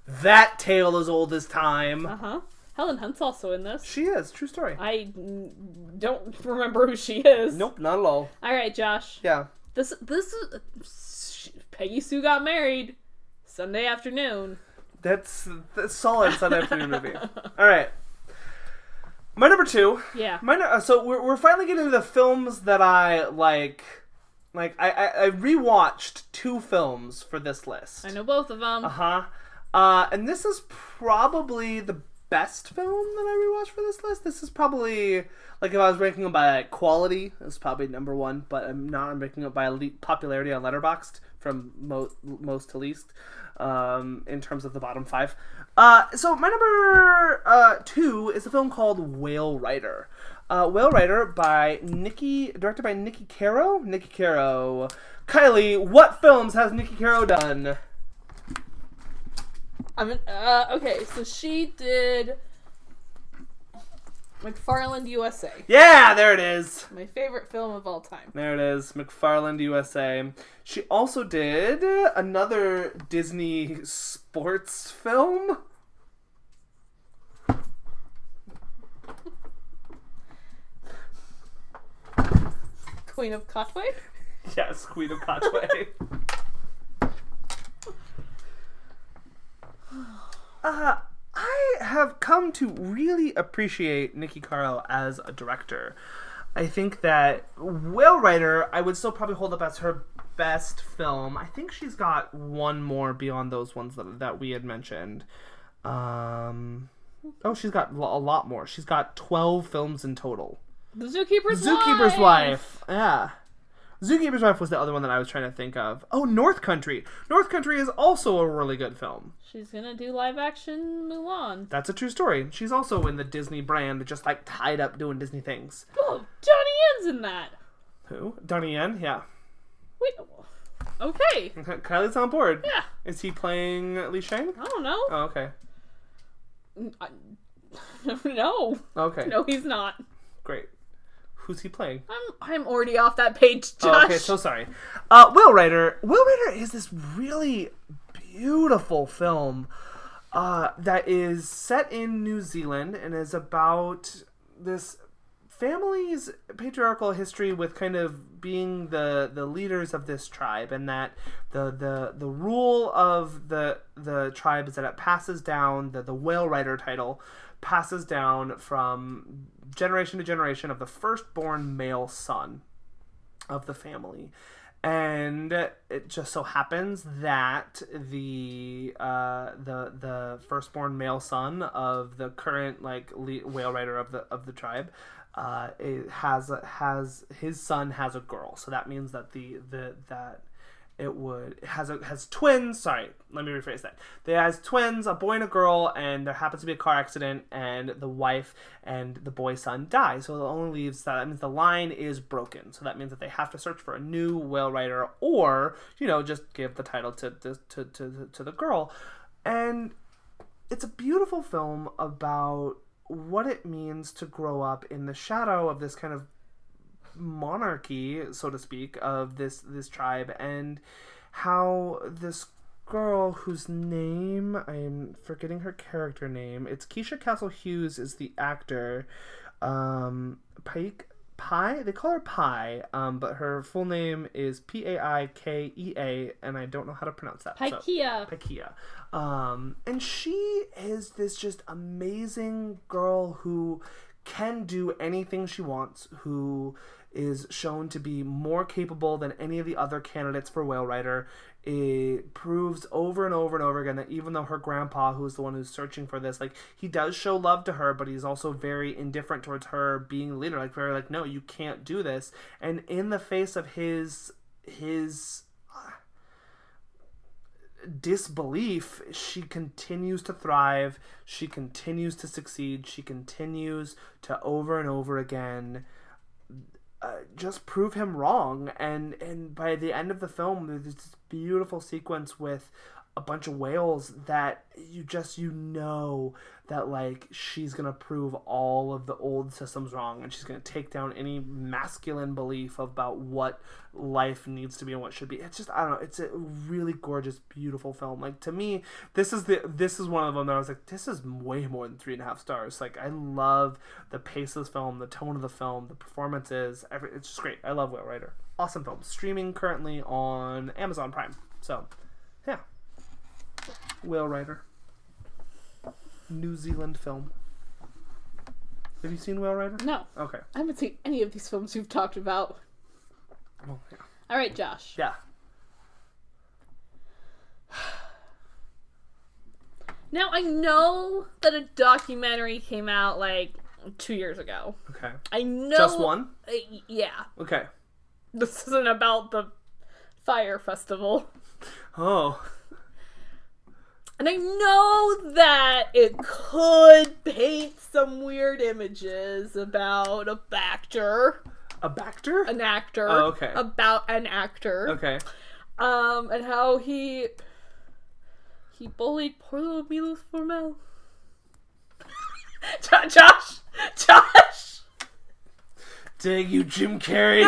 Speaker 2: That tale is old as time.
Speaker 3: Uh huh. Helen Hunt's also in this.
Speaker 2: She is. True story.
Speaker 3: I mm, don't remember who she is.
Speaker 2: Nope, not at all.
Speaker 3: All right, Josh.
Speaker 2: Yeah.
Speaker 3: This this is Peggy Sue got married Sunday afternoon.
Speaker 2: That's, that's solid Sunday afternoon movie. All right. My number two.
Speaker 3: Yeah.
Speaker 2: My nu- uh, so we're, we're finally getting to the films that I like. Like I, I, I rewatched two films for this list.
Speaker 3: I know both of them.
Speaker 2: Uh-huh. Uh And this is probably the best film that I rewatched for this list. This is probably like if I was ranking them by quality, it's probably number one. But I'm not. I'm ranking it by le- popularity on Letterboxd from mo- most to least um, in terms of the bottom five. Uh, so my number uh, two is a film called Whale Rider. Uh, Whale Rider by Nikki, directed by Nikki Caro. Nikki Caro. Kylie, what films has Nikki Caro done?
Speaker 3: I'm in, uh, okay, so she did McFarland USA,
Speaker 2: Yeah, there it is.
Speaker 3: my favorite film of all time.
Speaker 2: There it is. McFarland USA. She also did another Disney sports film.
Speaker 3: Queen of Cotway.
Speaker 2: Yes, Queen of Cotway. uh, I have come to really appreciate Nikki Caro as a director. I think that Whale Rider, I would still probably hold up as her best film. I think she's got one more beyond those ones that, that we had mentioned. Um, oh, she's got lo- a lot more. She's got 12 films in total.
Speaker 3: The Zookeeper's Wife.
Speaker 2: Zookeeper's wife. Yeah. Zookeeper's wife was the other one that I was trying to think of. Oh, North Country. North Country is also a really good film.
Speaker 3: She's gonna do live action Mulan.
Speaker 2: That's a true story. She's also in the Disney brand, just like tied up doing Disney things.
Speaker 3: Oh, Johnny Yen's in that.
Speaker 2: Who? Donnie Yen? Yeah.
Speaker 3: Wait. Okay.
Speaker 2: Kylie's on board.
Speaker 3: Yeah.
Speaker 2: Is he playing Li Shang?
Speaker 3: I don't know.
Speaker 2: Oh, okay.
Speaker 3: I- no,
Speaker 2: Okay.
Speaker 3: no, he's not.
Speaker 2: Great. Who's he playing?
Speaker 3: I'm I'm already off that page,
Speaker 2: Oh,
Speaker 3: Josh.
Speaker 2: okay, so sorry. Uh, Will Rider. Will Rider is this really beautiful film uh, that is set in New Zealand and is about this family's patriarchal history with kind of being the the leaders of this tribe and that the the the rule of the the tribe is that it passes down the the whale rider title passes down from generation to generation of the firstborn male son of the family. And it just so happens that the uh, the the firstborn male son of the current like le- whale rider of the of the tribe uh, it has has his son has a girl, so that means that the the that it would it has a has twins sorry let me rephrase that they has twins a boy and a girl and there happens to be a car accident and the wife and the boy's son die so it only leaves that, that means the line is broken so that means that they have to search for a new whale rider or you know just give the title to to to, to, to the girl and it's a beautiful film about what it means to grow up in the shadow of this kind of monarchy, so to speak, of this this tribe, and how this girl whose name I'm forgetting her character name. It's Keisha Castle Hughes is the actor. Um, Pike Pie. They call her Pie, um, but her full name is P A I K E A, and I don't know how to pronounce that. so-
Speaker 3: Ikea.
Speaker 2: Ikea. Um, and she is this just amazing girl who can do anything she wants, who is shown to be more capable than any of the other candidates for Whale Rider. It proves over and over and over again that even though her grandpa, who's the one who's searching for this, like he does show love to her, but he's also very indifferent towards her being the leader. Like very like, no, you can't do this. And in the face of his his disbelief, she continues to thrive. She continues to succeed. She continues to over and over again uh, just prove him wrong. And and by the end of the film, there's this beautiful sequence with a bunch of whales that you just you know that like she's gonna prove all of the old systems wrong and she's gonna take down any masculine belief about what life needs to be and what should be it's just i don't know it's a really gorgeous beautiful film like to me this is the this is one of them that i was like this is way more than three and a half stars like i love the pace of this film the tone of the film the performances every, it's just great i love whale rider awesome film streaming currently on amazon prime so yeah Whale Rider. New Zealand film. Have you seen Whale Rider?
Speaker 3: No,
Speaker 2: Okay.
Speaker 3: I haven't seen any of these films you've talked about.
Speaker 2: Well, yeah.
Speaker 3: All right, Josh.
Speaker 2: yeah.
Speaker 3: Now I know that a documentary came out like two years ago.
Speaker 2: Okay.
Speaker 3: I know
Speaker 2: Just one?
Speaker 3: Uh, y- yeah,
Speaker 2: Okay.
Speaker 3: this isn't about the fire festival.
Speaker 2: Oh.
Speaker 3: And I know that it could paint some weird images about a actor,
Speaker 2: A Bacter?
Speaker 3: an actor,
Speaker 2: Oh, okay.
Speaker 3: about an actor,
Speaker 2: Okay.
Speaker 3: um, and how he he bullied poor little Milos Formel. Jo- Josh, Josh,
Speaker 2: Dang you, Jim Carrey.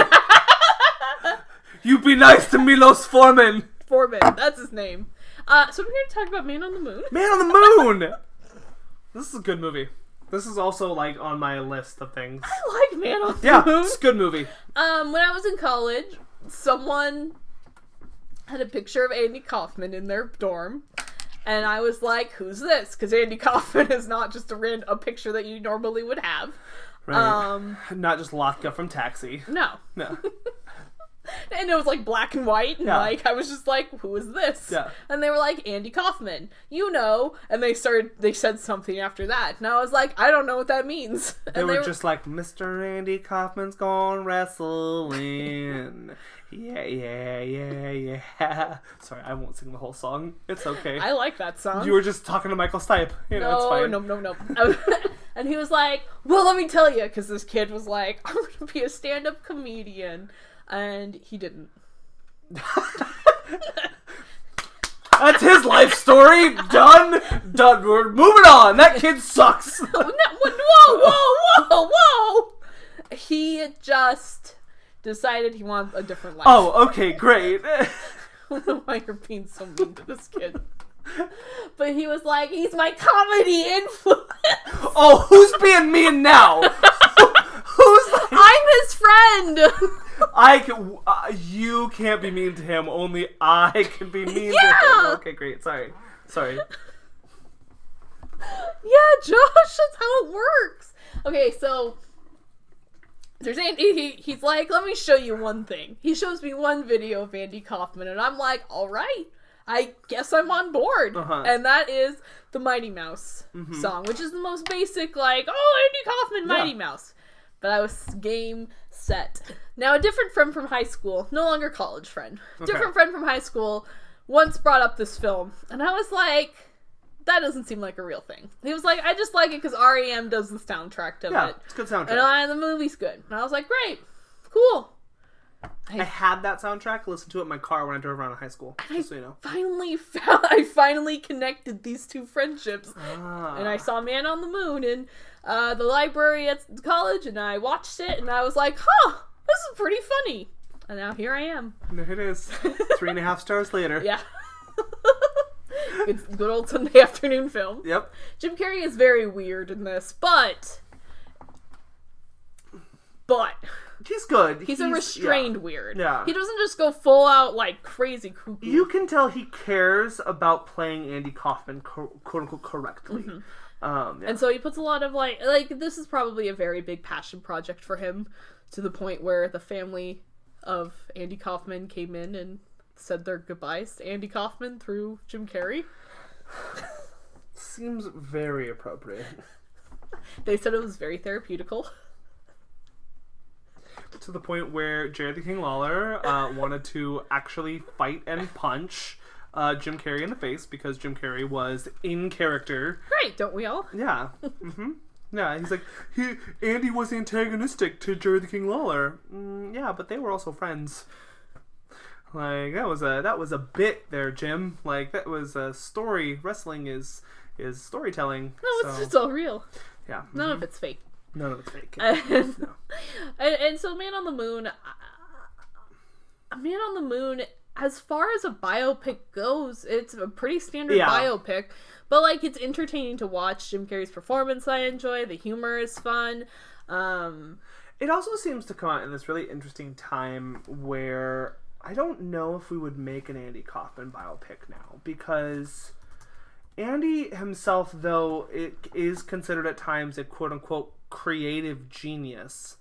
Speaker 2: you be nice to Milos Forman.
Speaker 3: Foreman, that's his name. Uh, so we're here to talk about Man on the Moon.
Speaker 2: Man on the Moon! this is a good movie. This is also like on my list of things.
Speaker 3: I like Man on the
Speaker 2: Yeah,
Speaker 3: Moon.
Speaker 2: it's a good movie.
Speaker 3: Um, when I was in college, someone had a picture of Andy Kaufman in their dorm, and I was like, "Who's this?" Because Andy Kaufman is not just a ran- a picture that you normally would have.
Speaker 2: Right.
Speaker 3: Um,
Speaker 2: Not just Lotka from Taxi.
Speaker 3: no,
Speaker 2: No.
Speaker 3: and it was like black and white, and
Speaker 2: Yeah.
Speaker 3: like I was just like, "Who is this?"
Speaker 2: Yeah.
Speaker 3: And they were like, "Andy Kaufman," you know. And they started, they said something after that, and I was like, "I don't know what that means." And
Speaker 2: They were, just like, Mr. Andy Kaufman's gone wrestling. yeah, yeah, yeah, yeah. Sorry, I won't sing the whole song. It's okay.
Speaker 3: I like that song.
Speaker 2: you were just talking to Michael Stipe. You know, it's
Speaker 3: no,
Speaker 2: fine.
Speaker 3: no, no, no. and he was like, "Well, let me tell you," because this kid was like, "I'm gonna be a stand-up comedian," and he didn't.
Speaker 2: That's his life story. Done. Done. We're moving on. That kid sucks.
Speaker 3: No, no, whoa, whoa, whoa, whoa! He just decided he wants a different life.
Speaker 2: Oh, okay, great.
Speaker 3: I don't know why you're being so mean to this kid. But he was like, he's my comedy influence.
Speaker 2: Oh, who's being mean now? Who- Who's?
Speaker 3: I'm his friend.
Speaker 2: I can. Uh, you can't be mean to him. Only I can be mean to
Speaker 3: Yeah.
Speaker 2: him. Okay, great. Sorry. Sorry.
Speaker 3: yeah, Josh, that's how it works. Okay, so there's Andy. He, he's like, let me show you one thing. He shows me one video of Andy Kaufman, and I'm like, all right, I guess I'm on board.
Speaker 2: Uh-huh. Mm-hmm.
Speaker 3: And that is the Mighty Mouse song, which is the most basic, like, oh, Andy Kaufman, Mighty
Speaker 2: Yeah.
Speaker 3: Mouse. But I was game set. Now, a different friend from high school, no longer college friend, different friend from high school once brought up this film, and I was like, that doesn't seem like a real thing. He was like, I just like it because REM does the soundtrack to
Speaker 2: Yeah,
Speaker 3: it.
Speaker 2: it's a good soundtrack.
Speaker 3: And I, the movie's good. And I was like, great, cool.
Speaker 2: I had that soundtrack. Listened to it in my car when I drove around in high school. Just so you know.
Speaker 3: Finally found, I finally connected these two friendships.
Speaker 2: Ah.
Speaker 3: And I saw Man on the Moon in uh, the library at college, and I watched it, and I was like, huh, this is pretty funny. And now here I am.
Speaker 2: There it is. Three and a half stars later.
Speaker 3: Yeah. it's good old Sunday afternoon film.
Speaker 2: Yep.
Speaker 3: Jim Carrey is very weird in this, but but
Speaker 2: He's good.
Speaker 3: he's, a restrained weird.
Speaker 2: Yeah.
Speaker 3: He doesn't just go full out like crazy kooky.
Speaker 2: You can tell he cares about playing Andy Kaufman, co- quote unquote, correctly. Um, yeah.
Speaker 3: and so he puts a lot of like like this is probably a very big passion project for him to the point where the family of Andy Kaufman came in and said their goodbyes to Andy Kaufman through Jim Carrey.
Speaker 2: Seems very appropriate.
Speaker 3: They said it was very therapeutical.
Speaker 2: to the point where Jared King Lawler uh, wanted to actually fight and punch uh, Jim Carrey in the face because Jim Carrey was in character.
Speaker 3: Right, don't we all?
Speaker 2: Yeah. hmm Yeah, he's like, he, Andy was antagonistic to Jared King Lawler. Mm, yeah, but they were also friends. Like that was a that was a bit there, Jim. Like that was a story. Wrestling is is storytelling.
Speaker 3: No, it's,
Speaker 2: so,
Speaker 3: it's all real.
Speaker 2: yeah,
Speaker 3: None of it's fake.
Speaker 2: none of it's fake.
Speaker 3: and, and, and so man on the moon uh, man on the moon as far as a biopic goes it's a pretty standard
Speaker 2: Yeah.
Speaker 3: biopic but like it's entertaining to watch jim carrey's performance i enjoy the humor is fun um
Speaker 2: It also seems to come out in this really interesting time where I don't know if we would make an Andy Kaufman biopic now because Andy himself, though, it is considered at times a quote unquote creative genius.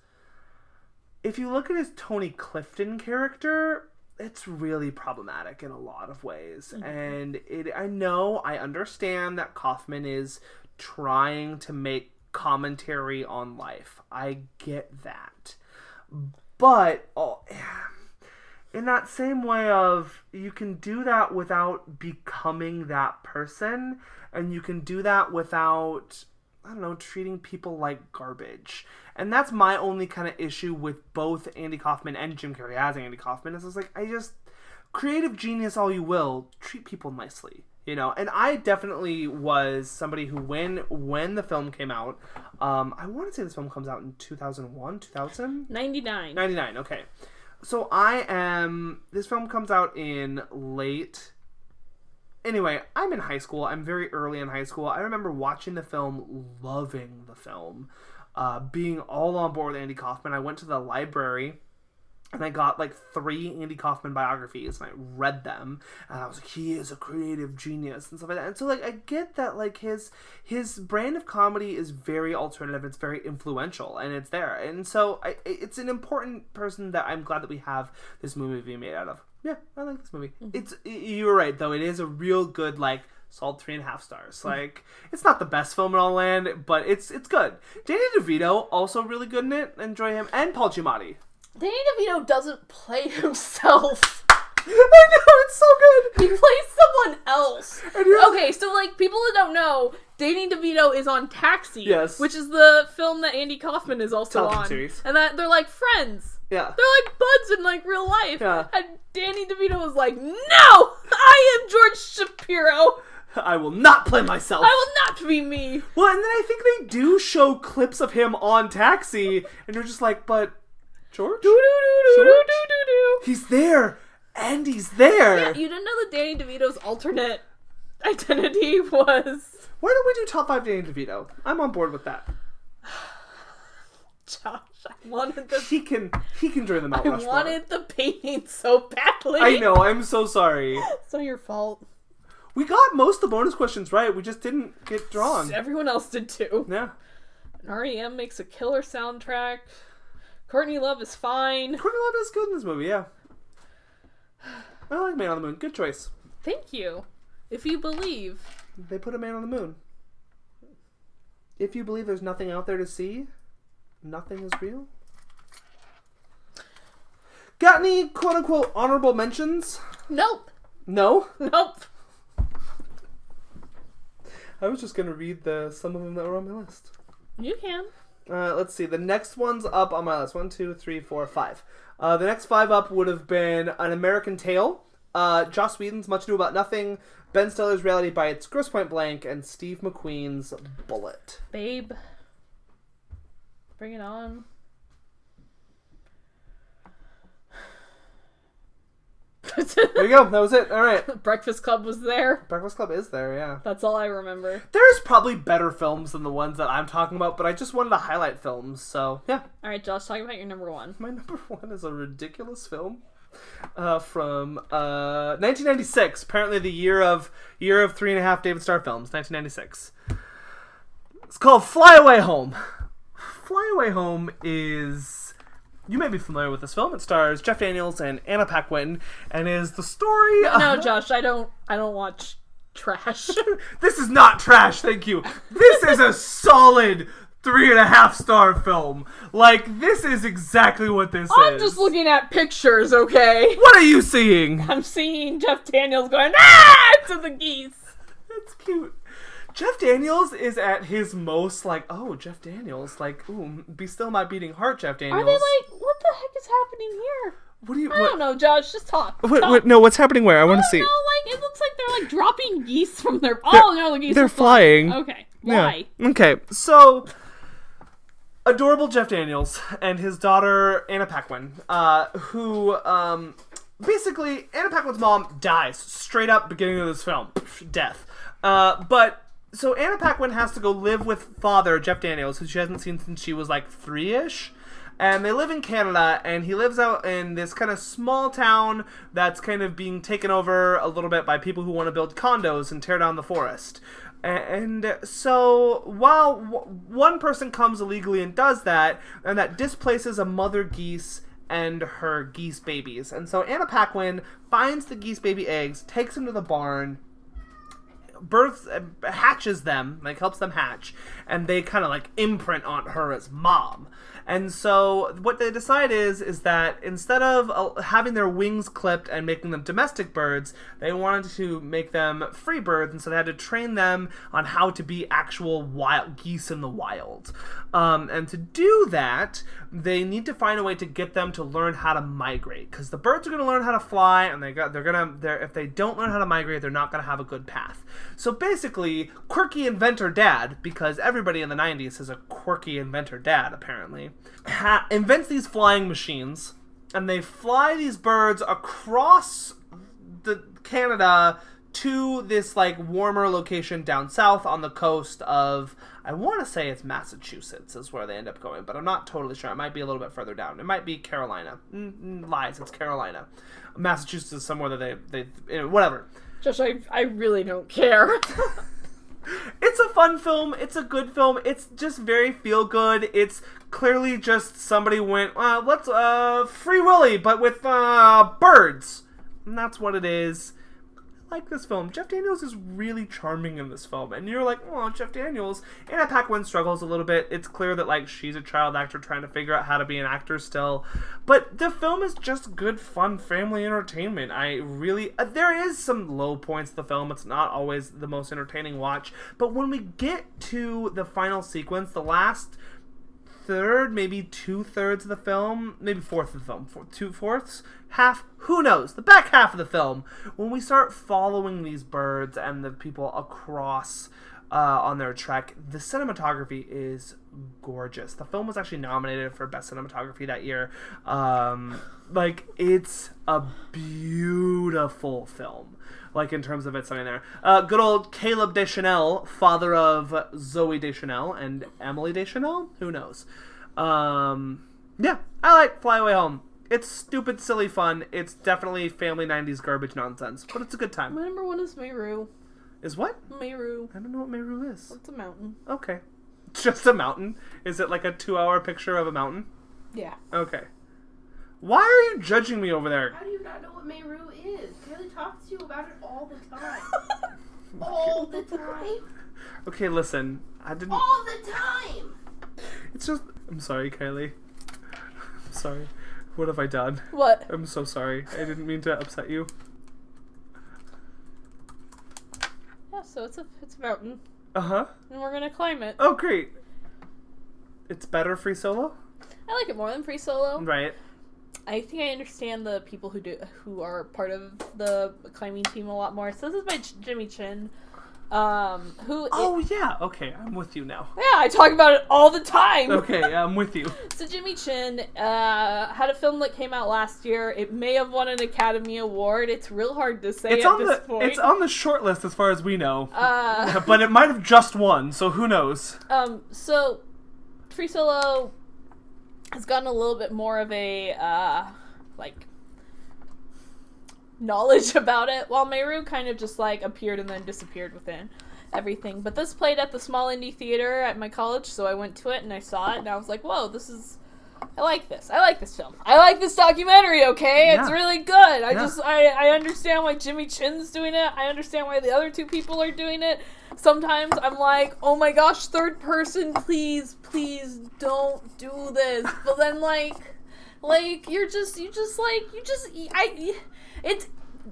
Speaker 2: If you look at his Tony Clifton character, it's really problematic in a lot of ways. And it I know, I understand that Kaufman is trying to make commentary on life. I get that. But oh, in that same way of you can do that without becoming that person and you can do that without i don't know treating people like garbage and that's my only kind of issue with both andy kaufman and jim carrey as andy kaufman is it's like i just creative genius all you will treat people nicely you know and i definitely was somebody who when when the film came out um i want to say this film comes out in 2001 2000
Speaker 3: 99
Speaker 2: 99, okay. So I am. This film comes out in late. Anyway, I'm in high school. I'm very early in high school. I remember watching the film, loving the film, uh, being all on board with Andy Kaufman. I went to the library and I got like three Andy Kaufman biographies and I read them and I was like, he is a creative genius and stuff like that. And so like I get that like his his brand of comedy is very alternative, it's very influential and it's there. And so I, it's an important person that I'm glad that we have this movie being made out of. Yeah, I like this movie. It's you're right though. It is a real good like solid three and a half stars. Like it's not the best film in all land, but it's it's good. Danny DeVito also really good in it. Enjoy him and Paul Giamatti.
Speaker 3: danny devito doesn't play himself
Speaker 2: I know it's so good.
Speaker 3: he plays someone else
Speaker 2: here's-
Speaker 3: okay so like people that don't know Danny DeVito is on Taxi,
Speaker 2: Yes.
Speaker 3: which is the film that Andy Kaufman is also
Speaker 2: Television
Speaker 3: on,
Speaker 2: series.
Speaker 3: and that they're like friends.
Speaker 2: Yeah.
Speaker 3: They're like buds in like real life.
Speaker 2: Yeah.
Speaker 3: And Danny DeVito was like, "No, I am George Shapiro.
Speaker 2: I will not play myself.
Speaker 3: I will not be me.
Speaker 2: Well, and then I think they do show clips of him on Taxi, and you're just like, but George, George?
Speaker 3: Do-do-do-do-do-do-do-do.
Speaker 2: he's there, and he's there.
Speaker 3: You didn't know that Danny DeVito's alternate identity was
Speaker 2: Why don't we do top five Danny DeVito? I'm on board with that.
Speaker 3: Josh. I wanted the
Speaker 2: He can he can join the Mount
Speaker 3: I
Speaker 2: Rushmore.
Speaker 3: wanted the painting so badly.
Speaker 2: I know. I'm so sorry.
Speaker 3: It's not your fault.
Speaker 2: We got most of the bonus questions right. We just didn't get drawn.
Speaker 3: Everyone else did too.
Speaker 2: Yeah.
Speaker 3: And REM makes a killer soundtrack. Courtney Love is fine.
Speaker 2: Courtney Love is good in this movie. Yeah. I like Man on the Moon. Good choice.
Speaker 3: Thank you. If you believe.
Speaker 2: They put a man on the moon. If you believe there's nothing out there to see, nothing is real. Got any quote unquote honorable mentions?
Speaker 3: Nope.
Speaker 2: No.
Speaker 3: Nope.
Speaker 2: I was just gonna read the some of them that were on my list.
Speaker 3: You can.
Speaker 2: Uh, let's see. The next one's up on my list. One, two, three, four, five. Uh, the next five up would have been An American Tale, uh, Joss Whedon's Much Ado About Nothing, Ben Stiller's Reality Bites, Gross Point Blank, and Steve McQueen's Bullet.
Speaker 3: Babe. Bring it on.
Speaker 2: There you go. That was it. All right.
Speaker 3: Breakfast Club was there.
Speaker 2: Breakfast Club is there, yeah.
Speaker 3: That's all I remember.
Speaker 2: There's probably better films than the ones that I'm talking about, but I just wanted to highlight films. So yeah,
Speaker 3: All right, Josh, talk about your number one.
Speaker 2: my number one is a ridiculous film uh, from uh, 1996. Apparently, the year of year of three and a half David Starr films. 1996. It's called Fly Away Home. Fly Away Home is you may be familiar with this film. It stars Jeff Daniels and Anna Paquin, and is the story. of...
Speaker 3: No, Josh, I don't. I don't watch trash.
Speaker 2: This is not trash, thank you. This is a solid three and a half star film. Like, this is exactly what this
Speaker 3: I'm
Speaker 2: is.
Speaker 3: just looking at pictures, okay?
Speaker 2: what are you seeing?
Speaker 3: I'm seeing Jeff Daniels going ah to the geese.
Speaker 2: That's cute. Jeff Daniels is at his most like, oh, Jeff Daniels, like, ooh, be still my beating heart, Jeff Daniels.
Speaker 3: Are they like, what the heck is happening here?
Speaker 2: what do you?
Speaker 3: I
Speaker 2: what-
Speaker 3: don't know, Josh. Just talk.
Speaker 2: Wait,
Speaker 3: talk.
Speaker 2: wait, no, what's happening where? I want to
Speaker 3: I
Speaker 2: see.
Speaker 3: don't know, like it looks like they're like dropping geese from their. Oh no, the geese.
Speaker 2: They're
Speaker 3: are flying.
Speaker 2: flying.
Speaker 3: Okay, why?
Speaker 2: Yeah. Okay, so adorable Jeff Daniels and his daughter Anna Paquin, uh, who um, basically Anna Paquin's mom dies straight up beginning of this film, death. Uh, but so Anna Paquin has to go live with father Jeff Daniels, who she hasn't seen since she was like three ish and they live in Canada, and he lives out in this kind of small town that's kind of being taken over a little bit by people who want to build condos and tear down the forest. And so, while w- one person comes illegally and does that, and that displaces a mother geese and her geese babies. And so, Anna Paquin finds the geese baby eggs, takes them to the barn, births uh, hatches them like helps them hatch and they kind of like imprint on her as mom and so what they decide is is that instead of uh, having their wings clipped and making them domestic birds they wanted to make them free birds and so they had to train them on how to be actual wild geese in the wild um, and to do that they need to find a way to get them to learn how to migrate because the birds are going to learn how to fly and they got they're going to they're if they don't learn how to migrate they're not going to have a good path so basically quirky inventor dad because everybody in the 90s is a quirky inventor dad apparently ha- invents these flying machines and they fly these birds across the Canada to this like warmer location down south on the coast of I want to say it's Massachusetts is where they end up going, but I'm not totally sure. It might be a little bit further down. It might be Carolina. Mm, mm, lies, it's Carolina. Massachusetts is somewhere that they they eh, whatever.
Speaker 3: Josh, I I really don't care.
Speaker 2: It's a fun film. It's a good film. It's just very feel good. It's clearly just somebody went, uh, let's uh, Free Willy, but with uh, birds, and that's what it is. I like this film. Jeff Daniels is really charming in this film, and you're like, oh, Jeff Daniels. Anna Paquin struggles a little bit. It's clear that like she's a child actor trying to figure out how to be an actor still, but the film is just good, fun family entertainment. I really uh, there is some low points to the film. It's not always the most entertaining watch, but when we get to the final sequence, the last third, maybe two thirds of the film, maybe fourth of the film, four, two fourths, half, who knows, the back half of the film, when we start following these birds and the people across uh, on their trek, the cinematography is gorgeous. The film was actually nominated for best cinematography that year. Um, like it's a beautiful film. Like in terms of it something there. Uh, good old Caleb Deschanel, father of Zoe Deschanel and Emily Deschanel. Who knows? Um, yeah, I like Fly Away Home. It's stupid, silly fun. It's definitely family '90s garbage nonsense, but it's a good time.
Speaker 3: My number one is Meru.
Speaker 2: Is what?
Speaker 3: Meru.
Speaker 2: I don't know what Meru is.
Speaker 3: It's a mountain.
Speaker 2: Okay. It's just a mountain. Is it like a two hour picture of a mountain?
Speaker 3: Yeah.
Speaker 2: Okay. Why are you judging me over there?
Speaker 4: How do you not know what Meru is? Kaylee talks to you about it all the time.
Speaker 3: Oh,
Speaker 4: all the time.
Speaker 2: Okay, listen. I didn't.
Speaker 4: All the time.
Speaker 2: It's just. I'm sorry, Kylie. I'm sorry. What have I done?
Speaker 3: what?
Speaker 2: I'm so sorry. I didn't mean to upset you.
Speaker 3: Yeah, so it's a it's a mountain,
Speaker 2: Uh huh.
Speaker 3: and we're gonna climb it.
Speaker 2: Oh, great. It's better free solo?
Speaker 3: I like it more than free solo.
Speaker 2: Right.
Speaker 3: I think I understand the people who do who are part of the climbing team a lot more. So this is by J- Jimmy Chin, um, who
Speaker 2: Oh, yeah. Okay, I'm with you now.
Speaker 3: yeah, I talk about it all the time.
Speaker 2: Okay, I'm with you.
Speaker 3: So Jimmy Chin uh, had a film that came out last year. It may have won an Academy Award. It's real hard to say
Speaker 2: It's
Speaker 3: at
Speaker 2: on
Speaker 3: this
Speaker 2: the
Speaker 3: point.
Speaker 2: it's on the short list as far as we know,
Speaker 3: uh,
Speaker 2: but it might have just won, so who knows?
Speaker 3: um, so Free Solo has gotten a little bit more of a uh, like knowledge about it, while Meru kind of just like appeared and then disappeared within everything. But this played at the small indie theater at my college, so I went to it and I saw it, and I was like, "Whoa, this is." I like this. I like this film. I like this documentary. Okay, it's
Speaker 2: Yeah.
Speaker 3: really good. I
Speaker 2: Yeah.
Speaker 3: just I, I understand why Jimmy Chin's doing it. I understand why the other two people are doing it. Sometimes I'm like, oh my gosh, third person, please, please don't do this. But then like, like you're just you just like you just I it's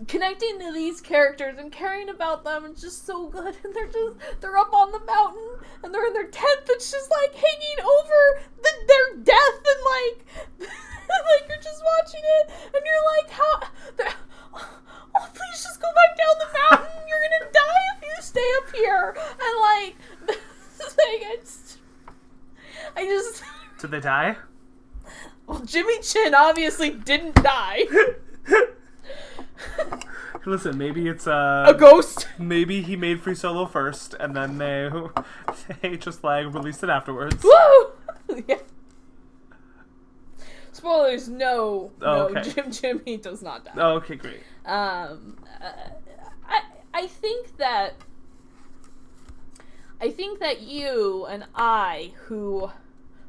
Speaker 3: connecting to these characters and caring about them is just so good and they're just they're up on the mountain and they're in their tent that's just like hanging over the, their death and like like you're just watching it and you're like how they're- oh please just go back down the mountain you're gonna die if you stay up here and like like it's I just
Speaker 2: Did they die?
Speaker 3: well Jimmy Chin obviously didn't die
Speaker 2: Listen, maybe it's uh,
Speaker 3: a ghost
Speaker 2: Maybe he made Free Solo first, and then they they just like released it afterwards.
Speaker 3: Woo! yeah. Spoilers, no,
Speaker 2: Oh,
Speaker 3: no,
Speaker 2: okay.
Speaker 3: Jim Jimmy does not die.
Speaker 2: Oh, okay, great.
Speaker 3: Um, uh, I I think that I think that you and I, who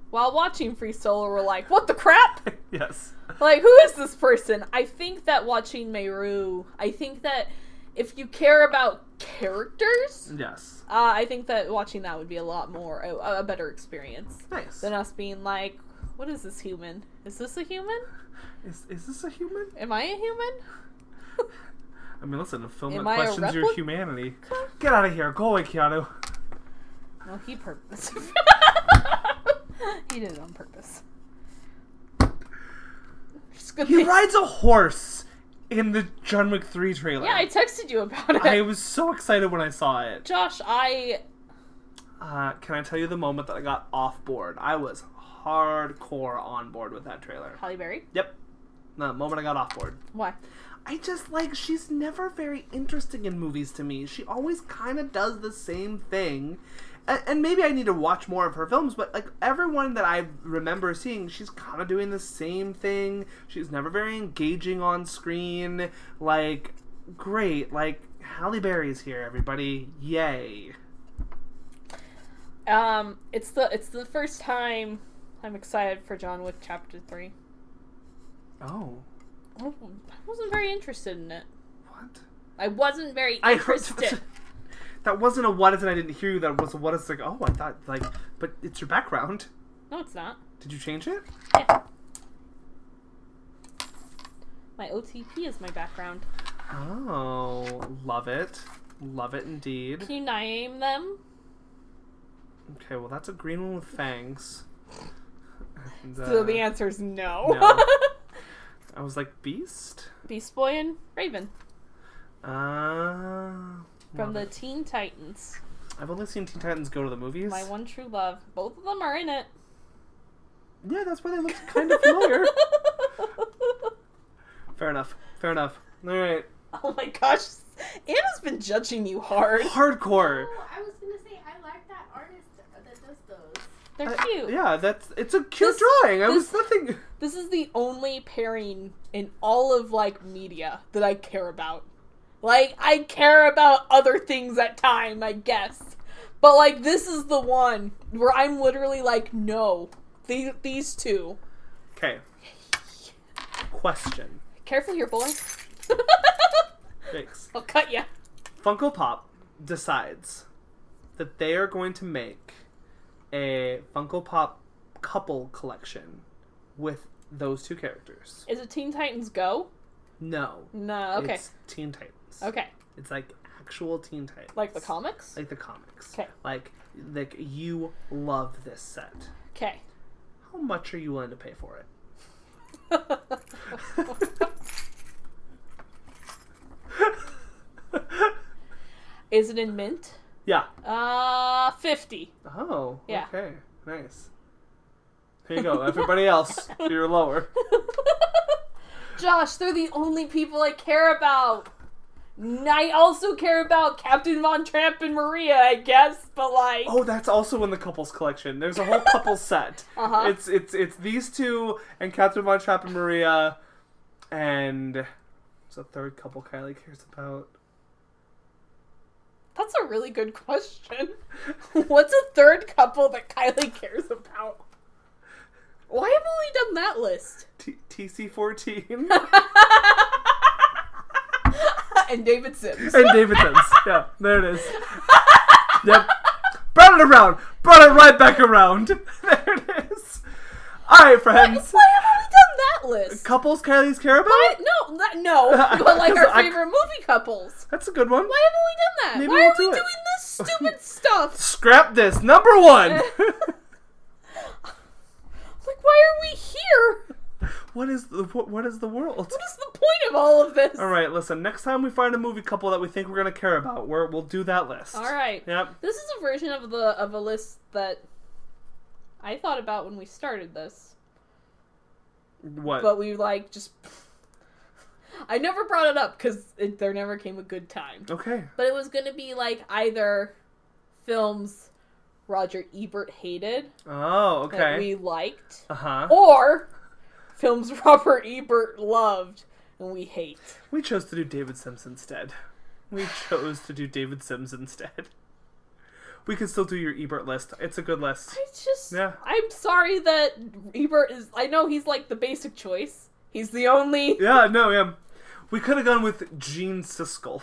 Speaker 3: while watching Free Solo, were like, "What the crap."
Speaker 2: Yes.
Speaker 3: like who is this person i think that watching meru i think that if you care about characters
Speaker 2: Yes.
Speaker 3: uh, i think that watching that would be a lot more a, a better experience
Speaker 2: Nice.
Speaker 3: than us being like what is this human is this a human
Speaker 2: Is, is this a human?
Speaker 3: am i a human
Speaker 2: I mean, listen, a film
Speaker 3: Am
Speaker 2: that
Speaker 3: I a
Speaker 2: questions your
Speaker 3: repli-
Speaker 2: humanity. Get out of here. Go away, Keanu.
Speaker 3: no he purpose he did it on purpose Just gonna
Speaker 2: He
Speaker 3: be-
Speaker 2: rides a horse in the John Wick 3 trailer.
Speaker 3: yeah i texted you about it
Speaker 2: I was so excited when I saw it.
Speaker 3: josh i
Speaker 2: Uh, can I tell you the moment that I got off board? I was hardcore on board with that trailer.
Speaker 3: holly berry
Speaker 2: Yep. The moment I got off board.
Speaker 3: why
Speaker 2: I just like she's never very interesting in movies to me. She always kind of does the same thing. And, and maybe I need to watch more of her films, but like everyone that I remember seeing, she's kind of doing the same thing. She's never very engaging on screen. Like, great. Like, Halle Berry's here, everybody. Yay.
Speaker 3: Um, it's the it's the first time I'm excited for John Wick Chapter Three.
Speaker 2: Oh.
Speaker 3: I wasn't very interested in it.
Speaker 2: What?
Speaker 3: I wasn't very
Speaker 2: I
Speaker 3: interested.
Speaker 2: That wasn't a what is, and I didn't hear you. That was a what is, like, oh, I thought, like, but it's your background.
Speaker 3: no, it's not.
Speaker 2: Did you change it?
Speaker 3: Yeah. My OTP is my background.
Speaker 2: Oh, love it. Love it indeed.
Speaker 3: Can you name them?
Speaker 2: Okay, well, that's a green one with fangs. And,
Speaker 3: So
Speaker 2: uh,
Speaker 3: the answer is no.
Speaker 2: no. I was like Beast.
Speaker 3: Beast Boy and Raven
Speaker 2: Uh, love
Speaker 3: from the
Speaker 2: it.
Speaker 3: Teen Titans.
Speaker 2: I've only seen Teen Titans go to the movies.
Speaker 3: My one true love. Both of them are in it.
Speaker 2: Yeah, that's why they look kind of familiar. Fair enough. Fair enough. All right.
Speaker 3: oh my gosh. Anna's been judging you hard.
Speaker 2: Hardcore.
Speaker 4: Oh, I was gonna say I like that artist that does those.
Speaker 3: They're
Speaker 2: I-
Speaker 3: cute.
Speaker 2: Uh, yeah, that's it's a cute
Speaker 3: This-
Speaker 2: drawing. I was
Speaker 3: this-
Speaker 2: nothing.
Speaker 3: This is the only pairing in all of like media that I care about. Like I care about other things at time, I guess. But like this is the one where I'm literally like, no. These these two.
Speaker 2: Okay. Question.
Speaker 3: Careful here, boy.
Speaker 2: Thanks.
Speaker 3: I'll cut ya.
Speaker 2: Funko Pop decides that they are going to make a Funko Pop couple collection with those two characters.
Speaker 3: Is it Teen Titans Go?
Speaker 2: No.
Speaker 3: No. Okay.
Speaker 2: It's Teen Titans.
Speaker 3: okay.
Speaker 2: It's like actual Teen Titans.
Speaker 3: Like the comics.
Speaker 2: Like the comics.
Speaker 3: 'Kay.
Speaker 2: Like like you love this set.
Speaker 3: Okay.
Speaker 2: How much are you willing to pay for it?
Speaker 3: Is it in mint?
Speaker 2: yeah.
Speaker 3: Uh, fifty.
Speaker 2: Oh.
Speaker 3: Yeah.
Speaker 2: Okay. Nice. Here you go. Everybody else, you're lower.
Speaker 3: Josh, they're the only people I care about. And I also care about Captain Von Tramp and Maria, I guess, but like,
Speaker 2: Oh, that's also in the couples collection. There's a whole couple set.
Speaker 3: Uh-huh.
Speaker 2: It's it's it's these two and Captain Von Trapp and Maria, and there's a third couple Kylie cares about.
Speaker 3: that's a really good question. What's a third couple that Kylie cares about? Why have we only done that list?
Speaker 2: T- TC14
Speaker 3: and David Sims.
Speaker 2: and Davidson's. Yeah, there it is. Yep. Brought it around. Brought it right back around. There it is. All right, friends.
Speaker 3: Why have we done that list?
Speaker 2: Couples Kylie's care about?
Speaker 3: Why- no, not, no, but like our
Speaker 2: I-
Speaker 3: favorite movie couples.
Speaker 2: That's a good one.
Speaker 3: Why haven't we done that?
Speaker 2: Maybe
Speaker 3: Why
Speaker 2: we'll
Speaker 3: are we
Speaker 2: do it.
Speaker 3: doing this stupid stuff?
Speaker 2: Scrap this. Number one.
Speaker 3: Like, why are we here?
Speaker 2: what is the what, what is the world?
Speaker 3: What is the point of all of this?
Speaker 2: All right, listen. Next time we find a movie couple that we think we're gonna care about, we're, we'll do that list.
Speaker 3: All right.
Speaker 2: Yep.
Speaker 3: This is a version of the of a list that I thought about when we started this,
Speaker 2: What?
Speaker 3: but we like just. I never brought it up because there never came a good time.
Speaker 2: okay.
Speaker 3: But it was gonna be like either films Roger Ebert hated
Speaker 2: Oh,
Speaker 3: that
Speaker 2: okay.
Speaker 3: we liked,
Speaker 2: Uh huh.
Speaker 3: or films Robert Ebert loved and we hate.
Speaker 2: We chose to do David Sims instead. We chose to do David Sims instead. We can still do your Ebert list. It's a good list.
Speaker 3: It's just
Speaker 2: Yeah.
Speaker 3: I'm sorry that Ebert is I know he's like the basic choice. He's the only
Speaker 2: Yeah. No. Yeah. We could have gone with Gene Siskel.